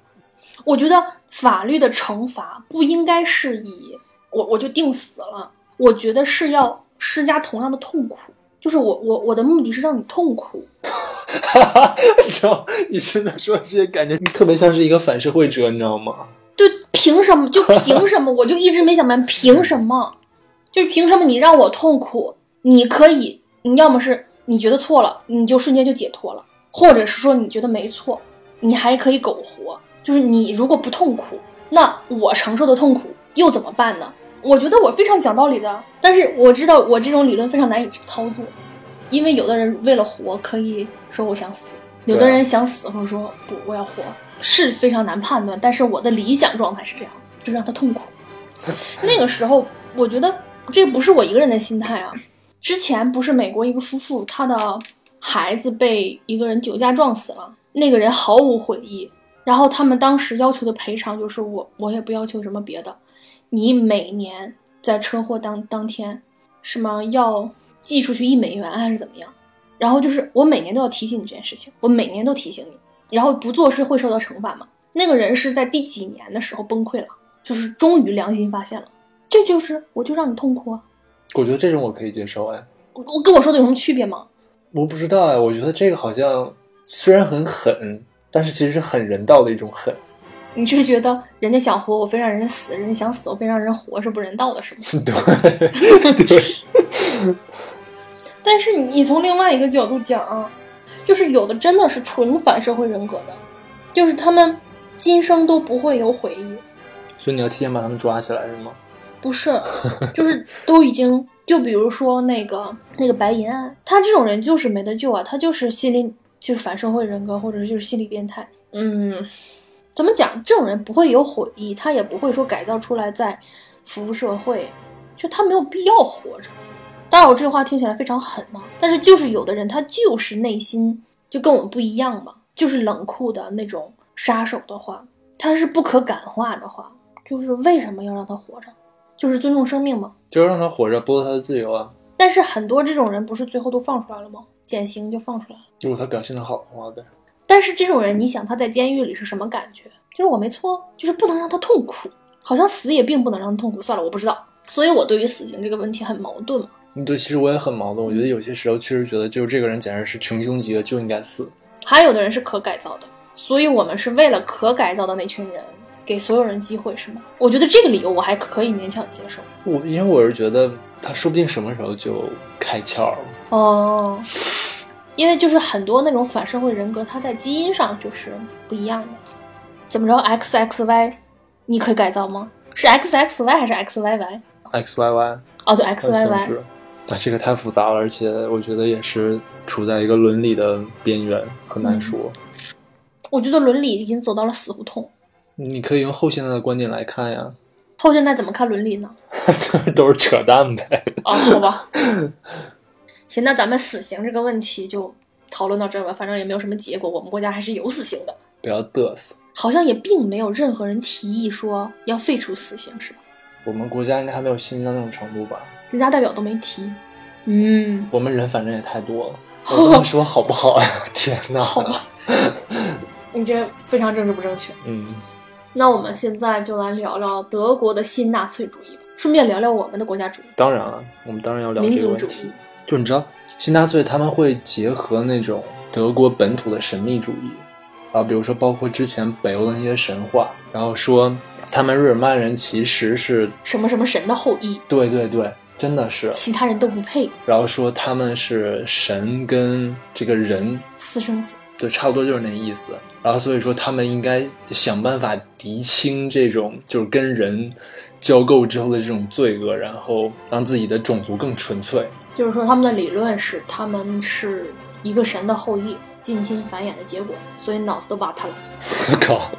S1: 我觉得法律的惩罚不应该是以我我就定死了，我觉得是要施加同样的痛苦，就是我我我的目的是让你痛苦。
S2: 哈哈， 你知道你现在说这些，感觉特别像是一个反社会者，你知道吗？
S1: 对，凭什么？就凭什么？我就一直没想明白，凭什么？就是凭什么你让我痛苦？你可以，你要么是你觉得错了，你就瞬间就解脱了，或者是说你觉得没错，你还可以苟活。就是你如果不痛苦，那我承受的痛苦又怎么办呢？我觉得我非常讲道理的，啊但是我知道我这种理论非常难以操作，因为有的人为了活可以说我想死，有的
S2: 对啊
S1: 人想死或者说不我要活，是非常难判断。但是我的理想状态是这样的，就让他 痛苦。那个时候，我觉得这不是我一个人的心态啊。之前不是美国一个夫妇，他的孩子被一个人酒驾撞死了，那个人毫无悔意。然后他们当时要求的赔偿就是我，我也不要求什么别的，你每年在车祸当当天，什么要寄出去一美元还是怎么样？然后就是我每年都要提醒你这件事情，我每年都提醒你，然后不做是会受到惩罚嘛？那个人是在第几年的时候崩溃了，就是终于良心发现了，这就是我就让你痛苦啊！
S2: 我觉得这种我可以接受，哎，
S1: 我我跟我说的有什么区别吗？
S2: 我不知道哎，我觉得这个好像虽然很狠，但是其实是很人道的一种狠。
S1: 你是觉得人家想活，我非让人家死；人家想死，我非让人活，是不人道的，是吗？
S2: 对对，
S1: 但是你你从另外一个角度讲啊，就是有的真的是纯反社会人格的，就是他们今生都不会有悔意，
S2: 所以你要提前把他们抓起来是吗？
S1: 不是，就是都已经就比如说那个那个白银案，他这种人就是没得救啊，他就是心理就是反社会人格，或者是就是心理变态。嗯，怎么讲？这种人不会有悔意，他也不会说改造出来再服务社会，就他没有必要活着。当然，我这话听起来非常狠呐、但是就是有的人他就是内心就跟我们不一样嘛，就是冷酷的那种杀手的话，他是不可感化的话，就是为什么要让他活着？就是尊重生命嘛。
S2: 就是让他活着，剥夺他的自由啊。
S1: 但是很多这种人不是最后都放出来了吗？减刑就放出来了。
S2: 如果他表现的好的话呗。
S1: 但是这种人，你想他在监狱里是什么感觉？就是我没错，啊就是不能让他痛苦，好像死也并不能让他痛苦。算了，我不知道。所以我对于死刑这个问题很矛盾嘛。
S2: 对，其实我也很矛盾。我觉得有些时候确实觉得，就是这个人简直是穷凶极恶，就应该死。
S1: 还有的人是可改造的，所以我们是为了可改造的那群人给所有人机会，是吗？我觉得这个理由我还可以勉强接受。
S2: 我因为我是觉得他说不定什么时候就开窍了。
S1: 哦，因为就是很多那种反社会人格，它在基因上就是不一样的。怎么着，X X Y，你可以改造吗？是 X X Y 还是 X Y Y？
S2: X Y Y
S1: 哦，对，X Y
S2: 好像
S1: Y
S2: 是。啊，这个太复杂了，而且我觉得也是处在一个伦理的边缘，很
S1: 嗯
S2: 难说。
S1: 我觉得伦理已经走到了死胡同。
S2: 你可以用后现代的观点来看呀，
S1: 后现代怎么看伦理呢？
S2: 这都是扯淡呗。
S1: 哦，好 吧。行，那咱们死刑这个问题就讨论到这儿吧，反正也没有什么结果。我们国家还是有死刑的，
S2: 不要嘚瑟，
S1: 好像也并没有任何人提议说要废除死刑，是吧？
S2: 我们国家应该还没有先进到那种程度吧？
S1: 人大代表都没提。嗯，
S2: 我们人反正也太多了。我这 么说好不好呀？ 天哪！
S1: 好吧，你这非常政治不正确。
S2: 嗯，
S1: 那我们现在就来聊聊德国的新纳粹主义吧。顺便聊聊我们的国家主义、
S2: 当然了，我们当然要聊
S1: 民
S2: 这个
S1: 族
S2: 问
S1: 主
S2: 题
S1: 义。。
S2: 就你知道，新纳粹他们会结合那种德国本土的神秘主义啊，比如说包括之前北欧的那些神话，然后说他们日耳曼人其实是
S1: 什么什么神的后裔，
S2: 对对对，真的是，
S1: 其他人都不配，
S2: 然后说他们是神跟这个人
S1: 私生子。
S2: 对，差不多就是那意思。然后所以说，他们应该想办法厘清这种就是跟人交媾之后的这种罪恶，然后让自己的种族更纯粹。
S1: 就是说，他们的理论是他们是一个神的后裔，近亲繁衍的结果，所以脑子都瓦特了。
S2: 靠！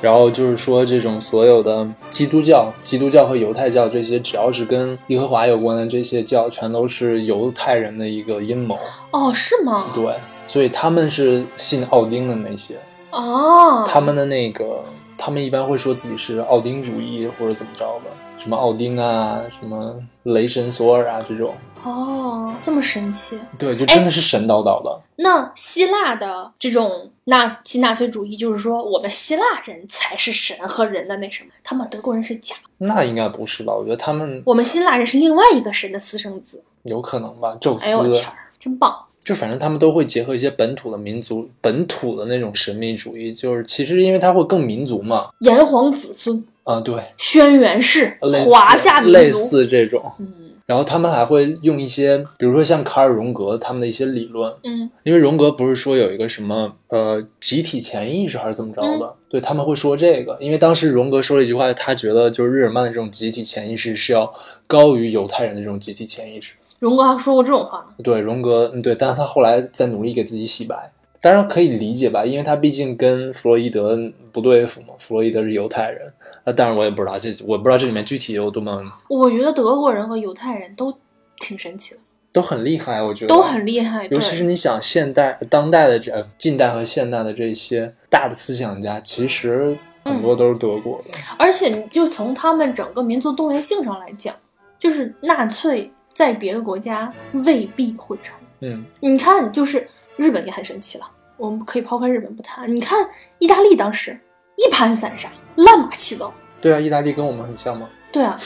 S2: 然后就是说，这种所有的基督教、基督教和犹太教这些，只要是跟耶和华有关的这些教，全都是犹太人的一个阴谋。
S1: 哦，是吗？
S2: 对，所以他们是信奥丁的那些，
S1: 啊，
S2: 他们的那个，他们一般会说自己是奥丁主义或者怎么着的，什么奥丁啊，什么雷神索尔啊这种，
S1: 哦，这么神奇。
S2: 对，
S1: 哎
S2: 就真的是神叨叨的。
S1: 那希腊的这种纳新纳粹主义，就是说我们希腊人才是神和人的那什么，他们德国人是假，
S2: 那应该不是吧？我觉得他们
S1: 我们希腊人是另外一个神的私生子。
S2: 有可能吧，宙斯啊
S1: 哎呦我天儿，真棒！
S2: 就反正他们都会结合一些本土的民族、本土的那种神秘主义，就是其实因为它会更民族嘛，
S1: 炎黄子孙、
S2: 啊，对，
S1: 轩辕氏
S2: 类、似
S1: 华夏民
S2: 类
S1: 族，
S2: 似这种。
S1: 嗯
S2: 然后他们还会用一些，比如说像卡尔荣格他们的一些理论，
S1: 嗯
S2: 因为荣格不是说有一个什么呃集体潜意识还是怎么着
S1: 嗯
S2: 的，对他们会说这个，因为当时荣格说了一句话，他觉得就是日耳曼的这种集体潜意识是要高于犹太人的这种集体潜意识。
S1: 荣格还说过这种话呢。
S2: 对荣格，嗯，对，但是他后来在努力给自己洗白，当然可以理解吧，因为他毕竟跟弗洛伊德不对付嘛，弗洛伊德是犹太人，啊，当然我也不知道这，我不知道这里面具体有多么
S1: 我觉得德国人和犹太人都挺神奇的，
S2: 都很厉害，我觉得
S1: 都很厉害。
S2: 尤
S1: 对，
S2: 其是你想现代、当代的这、呃近代和现代的这些大的思想家，其实很多都是德国的。
S1: 而且你就从他们整个民族动员性上来讲，就是纳粹在别的国家未必会成。
S2: 嗯，
S1: 你看，就是日本也很神奇了。我们可以抛开日本不谈，你看意大利当时一盘散沙，乱码七糟。
S2: 对啊，意大利跟我们很像吗？
S1: 对啊，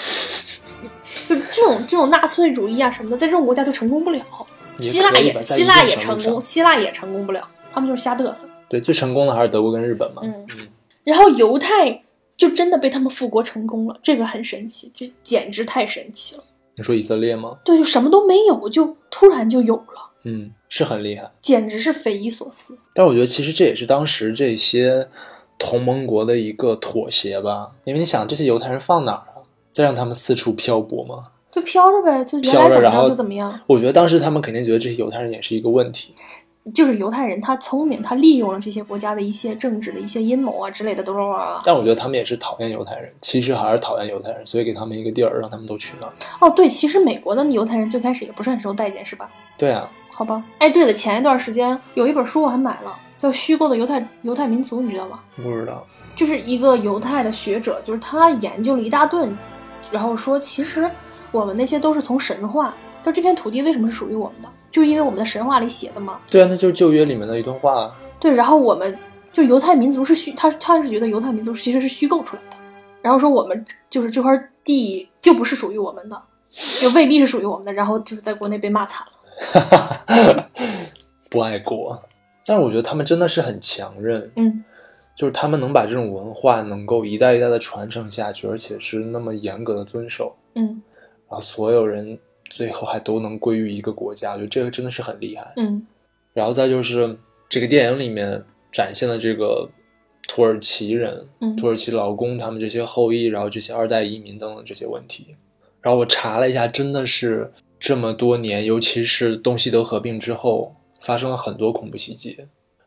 S1: 就是这种这种纳粹主义啊什么的，在这种国家就成功不了。
S2: 也
S1: 希腊
S2: 可以
S1: 也
S2: 吧在一
S1: 希腊
S2: 定
S1: 也成
S2: 程度
S1: 功，
S2: 上
S1: 希腊也成功不了，他们就是瞎嘚瑟。
S2: 对，最成功的还是德国跟日本嘛。
S1: 嗯，然后犹太就真的被他们复国成功了，这个很神奇，就简直太神奇了。
S2: 你说以色列吗？
S1: 对，就什么都没有，就突然就有了，
S2: 嗯，是很厉害。
S1: 简直是匪夷所思。
S2: 但我觉得其实这也是当时这些同盟国的一个妥协吧，因为你想这些犹太人放哪儿啊？再让他们四处漂泊吗？
S1: 就飘着呗，就原来
S2: 飘着，
S1: 怎么
S2: 然
S1: 样
S2: 后
S1: 就怎么样。。
S2: 我觉得当时他们肯定觉得这些犹太人也是一个问题。
S1: 就是犹太人他聪明，他利用了这些国家的一些政治的一些阴谋啊之类的都啊。
S2: 但我觉得他们也是讨厌犹太人，其实还是讨厌犹太人，所以给他们一个地儿，让他们都去那儿。
S1: 哦，对，其实美国的犹太人最开始也不是很受待见，是吧？
S2: 对啊，
S1: 好吧。哎，对了，前一段时间有一本书我还买了，叫《虚构的犹太犹太民族》，你知道吗？
S2: 不知道。
S1: 就是一个犹太的学者，就是他研究了一大顿，然后说其实我们那些都是从神话，但这片土地为什么是属于我们的？就是因为我们的神话里写的嘛。
S2: 对啊，那就是旧约里面的一段话 啊。
S1: 对，然后我们就犹太民族是虚，他他是觉得犹太民族其实是虚构出来的，然后说我们就是这块地就不是属于我们的，就未必是属于我们的，然后就是在国内被骂惨了。
S2: 不爱国。但是我觉得他们真的是很强韧，
S1: 嗯，
S2: 就是他们能把这种文化能够一代一代的传承下去，而且是那么严格的遵守，
S1: 嗯
S2: 然后啊所有人最后还都能归于一个国家，我觉得这个真的是很厉害。
S1: 嗯
S2: 然后再就是这个电影里面展现了这个土耳其人、
S1: 嗯
S2: 土耳其劳工他们这些后裔，然后这些二代移民等等这些问题。然后我查了一下，真的是这么多年，尤其是东西德合并之后，发生了很多恐怖袭击，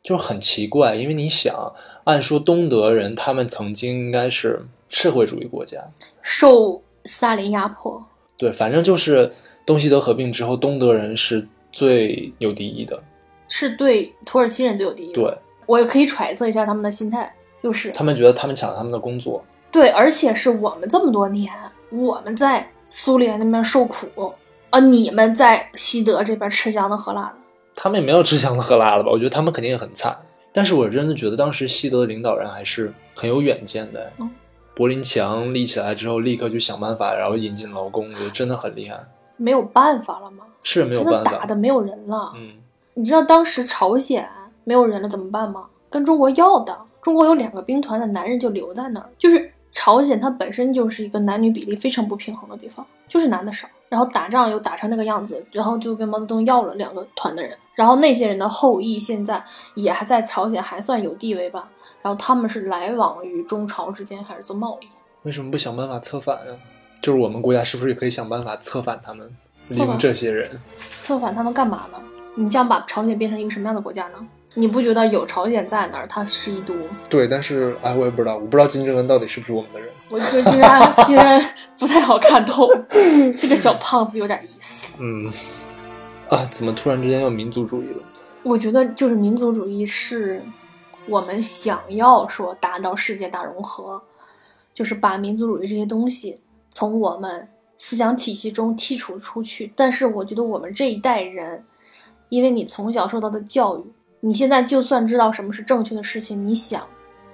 S2: 就是很奇怪。因为你想，按说东德人他们曾经应该是社会主义国家，
S1: 受斯大林压迫，
S2: 对，反正就是东西德合并之后，东德人是最有敌意的，
S1: 是对土耳其人最有敌意。
S2: 对，
S1: 我也可以揣测一下他们的心态，就是
S2: 他们觉得他们抢了他们的工作。
S1: 对，而且是我们这么多年，我们在苏联那边受苦啊，你们在西德这边吃香的喝辣的。
S2: 他们也没有吃香的喝辣的吧？我觉得他们肯定也很惨。但是我真的觉得当时西德的领导人还是很有远见的，
S1: 嗯
S2: 柏林墙立起来之后，立刻就想办法，然后引进劳工，我觉得真的很厉害，
S1: 没有办法了吗？
S2: 是没有
S1: 真的
S2: 办
S1: 打
S2: 法。
S1: 的没有人了。
S2: 嗯，
S1: 你知道当时朝鲜没有人了怎么办吗？跟中国要的，中国有两个兵团的男人就留在那儿。就是朝鲜它本身就是一个男女比例非常不平衡的地方，就是男的少，然后打仗又打成那个样子，然后就跟毛泽东要了两个团的人，然后那些人的后裔现在也还在朝鲜还算有地位吧，然后他们是来往于中朝之间还是做贸易？
S2: 为什么不想办法策反呀、啊就是我们国家是不是也可以想办法策反他们，利
S1: 策
S2: 用
S1: 反
S2: 这些人？
S1: 策反他们干嘛呢？你想把朝鲜变成一个什么样的国家呢？你不觉得有朝鲜在那儿，它是一都
S2: 对，但是哎，我也不知道，我不知道金正恩到底是不是我们的人。
S1: 我就觉得金然金然不太好看 透，这个小胖子有点意思。
S2: 嗯，啊，怎么突然之间要民族主义了？
S1: 我觉得就是民族主义是我们想要说达到世界大融合，就是把民族主义这些东西从我们思想体系中剔除出去。但是我觉得我们这一代人，因为你从小受到的教育，你现在就算知道什么是正确的事情，你想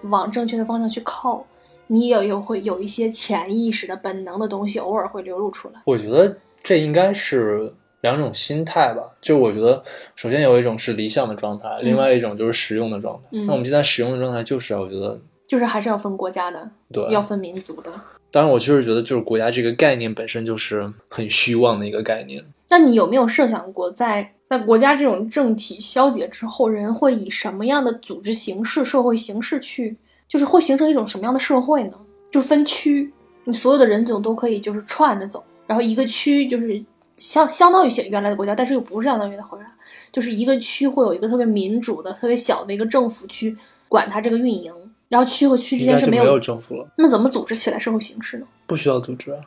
S1: 往正确的方向去靠，你也有会有一些潜意识的本能的东西，偶尔会流露出来。
S2: 我觉得这应该是两种心态吧。就我觉得，首先有一种是理想的状态，另外一种就是实用的状态。
S1: 嗯
S2: 那我们现在实用的状态就是啊，我觉得
S1: 就是还是要分国家的，
S2: 对。
S1: 要分民族的。
S2: 当然，我确实觉得就是国家这个概念本身就是很虚妄的一个概念。
S1: 那你有没有设想过在，在国家这种政体消解之后，人会以什么样的组织形式、社会形式去，就是会形成一种什么样的社会呢？就分区，你所有的人种都可以就是串着走，然后一个区就是相相当于现原来的国家，但是又不是相当于原来的国家，就是一个区会有一个特别民主的、特别小的一个政府去管它这个运营，然后区和区之
S2: 应
S1: 间
S2: 该
S1: 是
S2: 就
S1: 没
S2: 没
S1: 有，
S2: 有政府了，
S1: 那怎么组织起来社会形式呢？
S2: 不需要组织啊，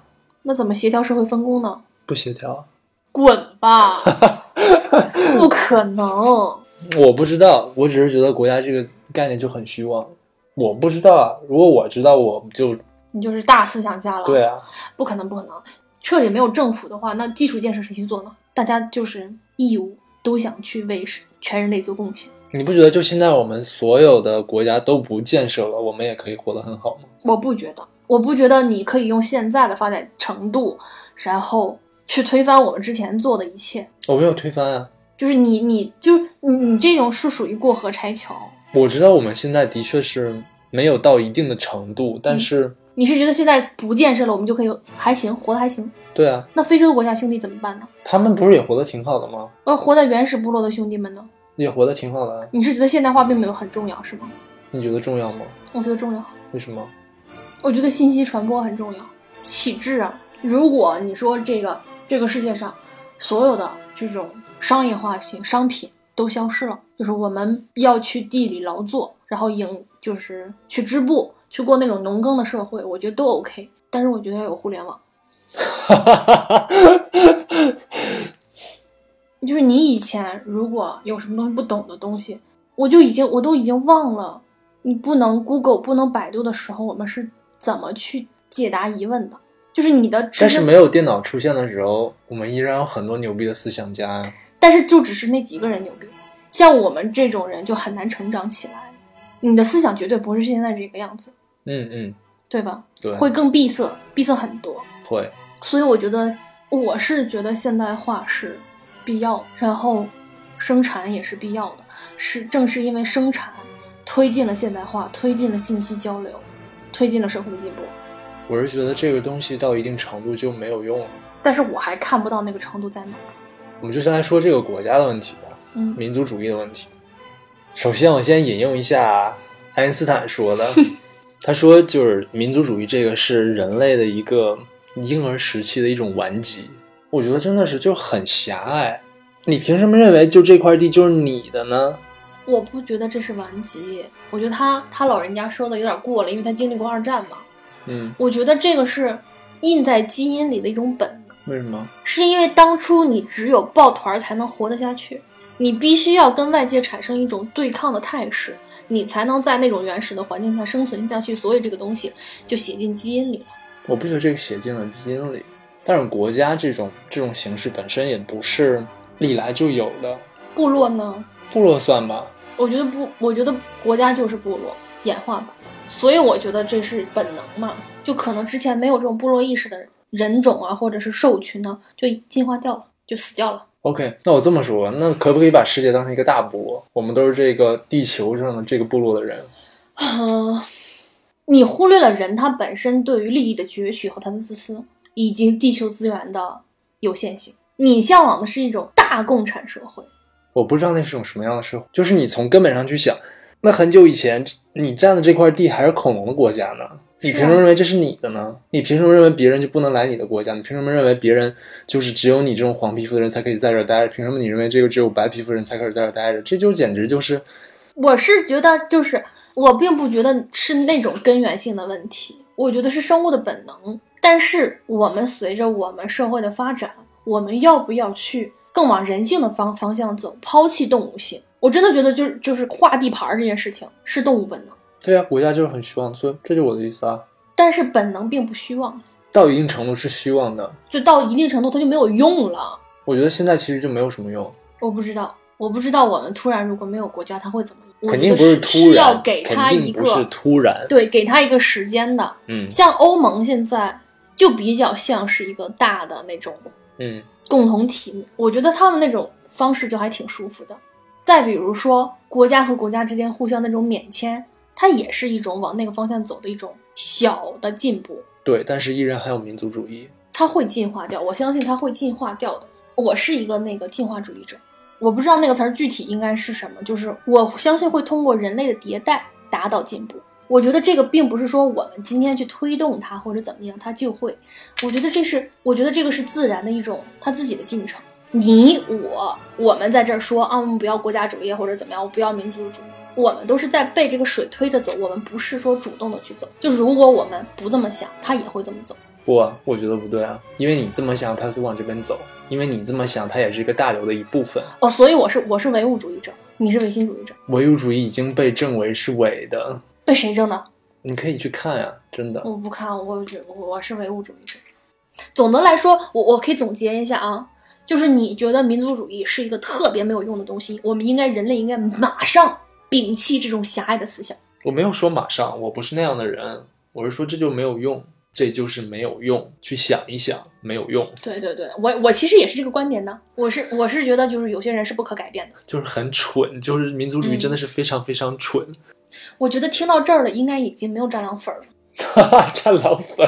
S1: 那怎么协调社会分工呢？
S2: 不协调啊。
S1: 滚 吧！不可能，
S2: 我不知道，我只是觉得国家这个概念就很虚妄。我不知道啊，如果我知道，我就
S1: 你就是大思想家了。
S2: 对，啊。
S1: 不可能，不可能。彻底没有政府的话，那基础建设谁去做呢？大家就是义务都想去为全人类做贡献。
S2: 你不觉得就现在我们所有的国家都不建设了，我们也可以活得很好吗？
S1: 我不觉得，我不觉得你可以用现在的发展程度，然后去推翻我们之前做的一切。
S2: 我没有推翻啊，
S1: 就是你，你就是你，你这种是属于过河拆桥。
S2: 我知道我们现在的确是没有到一定的程度，但是，
S1: 你是觉得现在不建设了，我们就可以还行，活得还行？
S2: 对啊，
S1: 那非洲的国家兄弟怎么办呢？
S2: 他们不是也活得挺好的吗？
S1: 而活在原始部落的兄弟们呢？
S2: 也活得挺好的啊，
S1: 你是觉得现代化并没有很重要是吗？
S2: 你觉得重要吗？
S1: 我觉得重要，
S2: 为什么？
S1: 我觉得信息传播很重要，启智啊。如果你说这个这个世界上所有的这种商业化品商品都消失了，就是我们要去地里劳作，然后营就是去织布，去过那种农耕的社会，我觉得都 OK。但是我觉得要有互联网，就是你以前如果有什么东西不懂的东西，我就已经我都已经忘了，你不能 Google 不能百度的时候，我们是怎么去解答疑问的？就是你的知
S2: 但是
S1: 识，
S2: 没有电脑出现的时候，我们依然有很多牛逼的思想家啊。
S1: 但是就只是那几个人牛逼，像我们这种人就很难成长起来。你的思想绝对不是现在这个样子，
S2: 嗯嗯，
S1: 对吧？
S2: 对，
S1: 会更闭塞，闭塞很多。
S2: 会，
S1: 所以我觉得，我是觉得现代化是必要，然后生产也是必要的。是正是因为生产推进了现代化，推进了信息交流，推进了社会的进步。
S2: 我是觉得这个东西到一定程度就没有用了。
S1: 但是我还看不到那个程度在哪。
S2: 我们就先来说这个国家的问题吧。
S1: 嗯，
S2: 民族主义的问题。首先，我先引用一下爱因斯坦说的，他说就是民族主义这个是人类的一个婴儿时期的一种顽疾。我觉得真的是就很狭隘，你凭什么认为就这块地就是你的呢？
S1: 我不觉得这是顽疾，我觉得他他老人家说的有点过了，因为他经历过二战嘛。
S2: 嗯，
S1: 我觉得这个是印在基因里的一种本能。
S2: 为什么？
S1: 是因为当初你只有抱团儿才能活得下去，你必须要跟外界产生一种对抗的态势，你才能在那种原始的环境下生存下去。所以这个东西就写进基因里了。
S2: 我不觉得这个写进了基因里，但是国家这种这种形式本身也不是历来就有的，
S1: 部落呢？
S2: 部落算吧。
S1: 我觉得不，我觉得国家就是部落演化吧。所以我觉得这是本能嘛，就可能之前没有这种部落意识的人种啊，或者是兽群呢、就进化掉了，就死掉了。
S2: OK，那我这么说，那可不可以把世界当成一个大部落？我们都是这个地球上的这个部落的人。
S1: 嗯，你忽略了人他本身对于利益的攫取和他的自私，以及地球资源的有限性。你向往的是一种大共产社会，
S2: 我不知道那是种什么样的社会，就是你从根本上去想，那很久以前你占的这块地还是恐龙的国家呢，你
S1: 是
S2: 凭什么认为这是你的呢？你凭什么认为别人就不能来你的国家？你凭什么认为别人就是只有你这种黄皮肤的人才可以在这儿待着？凭什么你认为这个只有白皮肤的人才可以在这儿待着？这就简直就是
S1: 我是觉得就是我并不觉得是那种根源性的问题，我觉得是生物的本能。但是我们随着我们社会的发展，我们要不要去更往人性的方方向走，抛弃动物性？我真的觉得就是就是划地盘儿这件事情是动物本能，
S2: 对啊，国家就是很虚妄，所以这就是我的意思啊。
S1: 但是本能并不虚妄，
S2: 到一定程度是虚妄的，
S1: 就到一定程度它就没有用了。
S2: 我觉得现在其实就没有什么用，
S1: 我不知道，我不知道我们突然如果没有国家，它会怎么样？我
S2: 肯
S1: 觉
S2: 定
S1: 得
S2: 不突
S1: 是要
S2: 然，
S1: 给它
S2: 肯
S1: 一
S2: 定不是
S1: 个
S2: 突然，
S1: 对，给它一个时间的。
S2: 嗯
S1: 像欧盟现在就比较像是一个大的那种
S2: 嗯，
S1: 共同体，我觉得他们那种方式就还挺舒服的。再比如说，国家和国家之间互相那种免签，它也是一种往那个方向走的一种小的进步，
S2: 对，但是依然还有民族主义。
S1: 它会进化掉，我相信它会进化掉的。我是一个那个进化主义者，我不知道那个词儿具体应该是什么，就是我相信会通过人类的迭代达到进步。我觉得这个并不是说我们今天去推动它或者怎么样，它就会。我觉得这是，我觉得这个是自然的一种它自己的进程。你我我们在这儿说啊，我们不要国家主义或者怎么样，我不要民族主义，我们都是在被这个水推着走，我们不是说主动的去走。就如果我们不这么想，它也会这么走。
S2: 不啊，我觉得不对啊，因为你这么想，它是往这边走；因为你这么想，它也是一个大流的一部分。啊
S1: 哦，所以我是我是唯物主义者，你是唯心主义者，
S2: 唯物主义已经被证为是伪的，
S1: 被谁扔的？
S2: 你可以去看呀、真的。
S1: 我不看，我只我我是唯物主义者。总的来说，我我可以总结一下啊，就是你觉得民族主义是一个特别没有用的东西，我们应该人类应该马上摒弃这种狭隘的思想。
S2: 我没有说马上，我不是那样的人，我是说这就没有用，这就是没有用。去想一想，没有用，
S1: 对对对，我我其实也是这个观点的，我是我是觉得就是有些人是不可改变的。
S2: 就是很蠢，就是民族主义
S1: 嗯
S2: 真的是非常非常 蠢。
S1: 我觉得听到这儿了，应该已经没有战狼粉儿了。
S2: 哈哈，占老粉。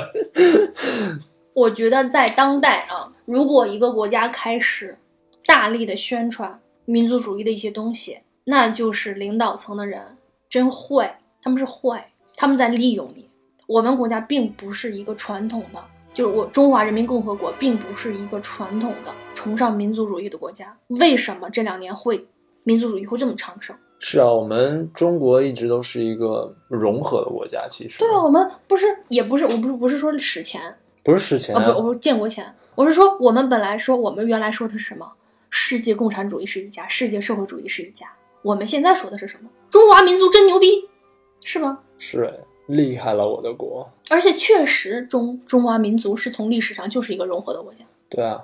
S1: 我觉得在当代啊，如果一个国家开始大力的宣传民族主义的一些东西，那就是领导层的人真坏，他们是坏，他们在利用你。我们国家并不是一个传统的，就是我中华人民共和国并不是一个传统的崇尚民族主义的国家。为什么这两年会民族主义会这么昌盛？
S2: 是啊，我们中国一直都是一个融合的国家，其实
S1: 对啊，我们不是也不是，我不是不是说史前，
S2: 不是史前、
S1: 啊，不，我说建国前，我是说我们本来说我们原来说的是什么？世界共产主义是一家，世界社会主义是一家。我们现在说的是什么？中华民族真牛逼，是吧？
S2: 是哎，厉害了我的国。
S1: 而且确实中，中华民族是从历史上就是一个融合的国家。
S2: 对啊，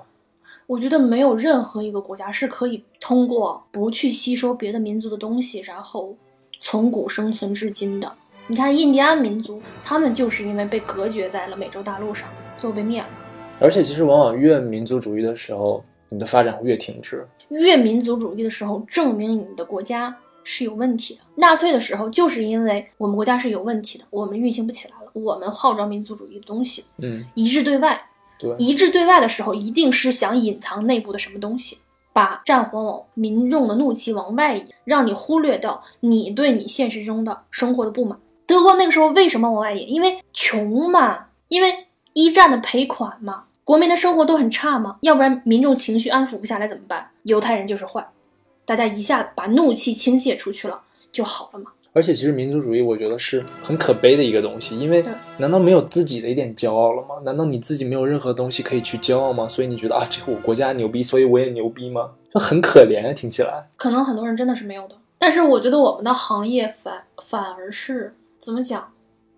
S1: 我觉得没有任何一个国家是可以通过不去吸收别的民族的东西，然后从古生存至今的。你看印第安民族，他们就是因为被隔绝在了美洲大陆上，最后被灭了。
S2: 而且其实往往越民族主义的时候，你的发展会越停滞。
S1: 越民族主义的时候，证明你的国家是有问题的。纳粹的时候，就是因为我们国家是有问题的，我们运行不起来了，我们号召民族主义的东西，
S2: 嗯，
S1: 一致对外。
S2: 对，
S1: 一致对外的时候，一定是想隐藏内部的什么东西，把战火往民众的怒气往外引，让你忽略到你对你现实中的生活的不满。德国那个时候为什么往外引？因为穷嘛，因为一战的赔款嘛，国民的生活都很差嘛，要不然民众情绪安抚不下来怎么办？犹太人就是坏，大家一下把怒气倾泻出去了就好了嘛。
S2: 而且其实民族主义，我觉得是很可悲的一个东西，因为
S1: 对
S2: 难道没有自己的一点骄傲了吗？难道你自己没有任何东西可以去骄傲吗？所以你觉得啊，这个我国家牛逼，所以我也牛逼吗？这很可怜啊，听起来。
S1: 可能很多人真的是没有的。但是我觉得我们的行业反反而是怎么讲，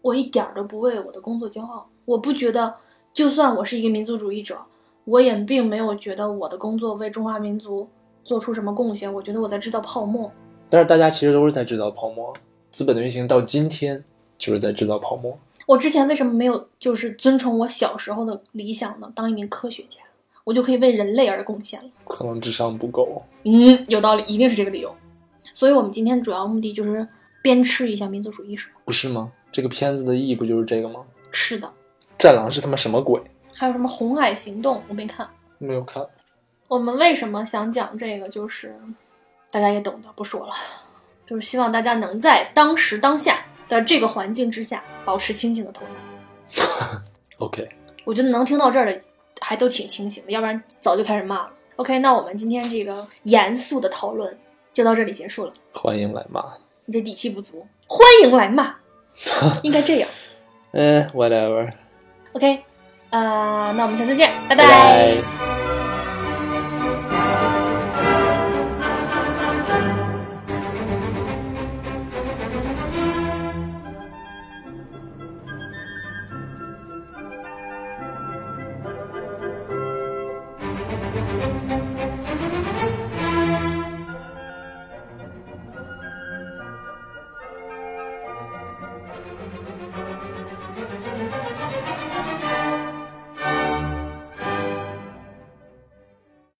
S1: 我一点儿都不为我的工作骄傲。我不觉得，就算我是一个民族主义者，我也并没有觉得我的工作为中华民族做出什么贡献。我觉得我在制造泡沫。
S2: 但是大家其实都是在制造泡沫，资本的运行到今天，就是在制造泡沫。
S1: 我之前为什么没有就是遵从我小时候的理想呢？当一名科学家，我就可以为人类而贡献了。
S2: 可能智商不够，
S1: 嗯，有道理，一定是这个理由。所以我们今天主要目的就是鞭笞一下民族主义者。
S2: 不是吗？这个片子的意义不就是这个吗？
S1: 是的，
S2: 战狼是他妈什么鬼？
S1: 还有什么《红海行动》，我没看。
S2: 没有看，
S1: 我们为什么想讲这个？就是大家也懂的，不说了。就是希望大家能在当时当下的这个环境之下，保持清醒的头脑。
S2: OK，
S1: 我觉得能听到这儿的还都挺清醒的，要不然早就开始骂了。OK，那我们今天这个严肃的讨论就到这里结束了。
S2: 欢迎来骂。
S1: 你这底气不足，欢迎来 骂，应该这样。
S2: 嗯、w h a t e v e r
S1: OK，呃，那我们下次见，拜
S2: 拜拜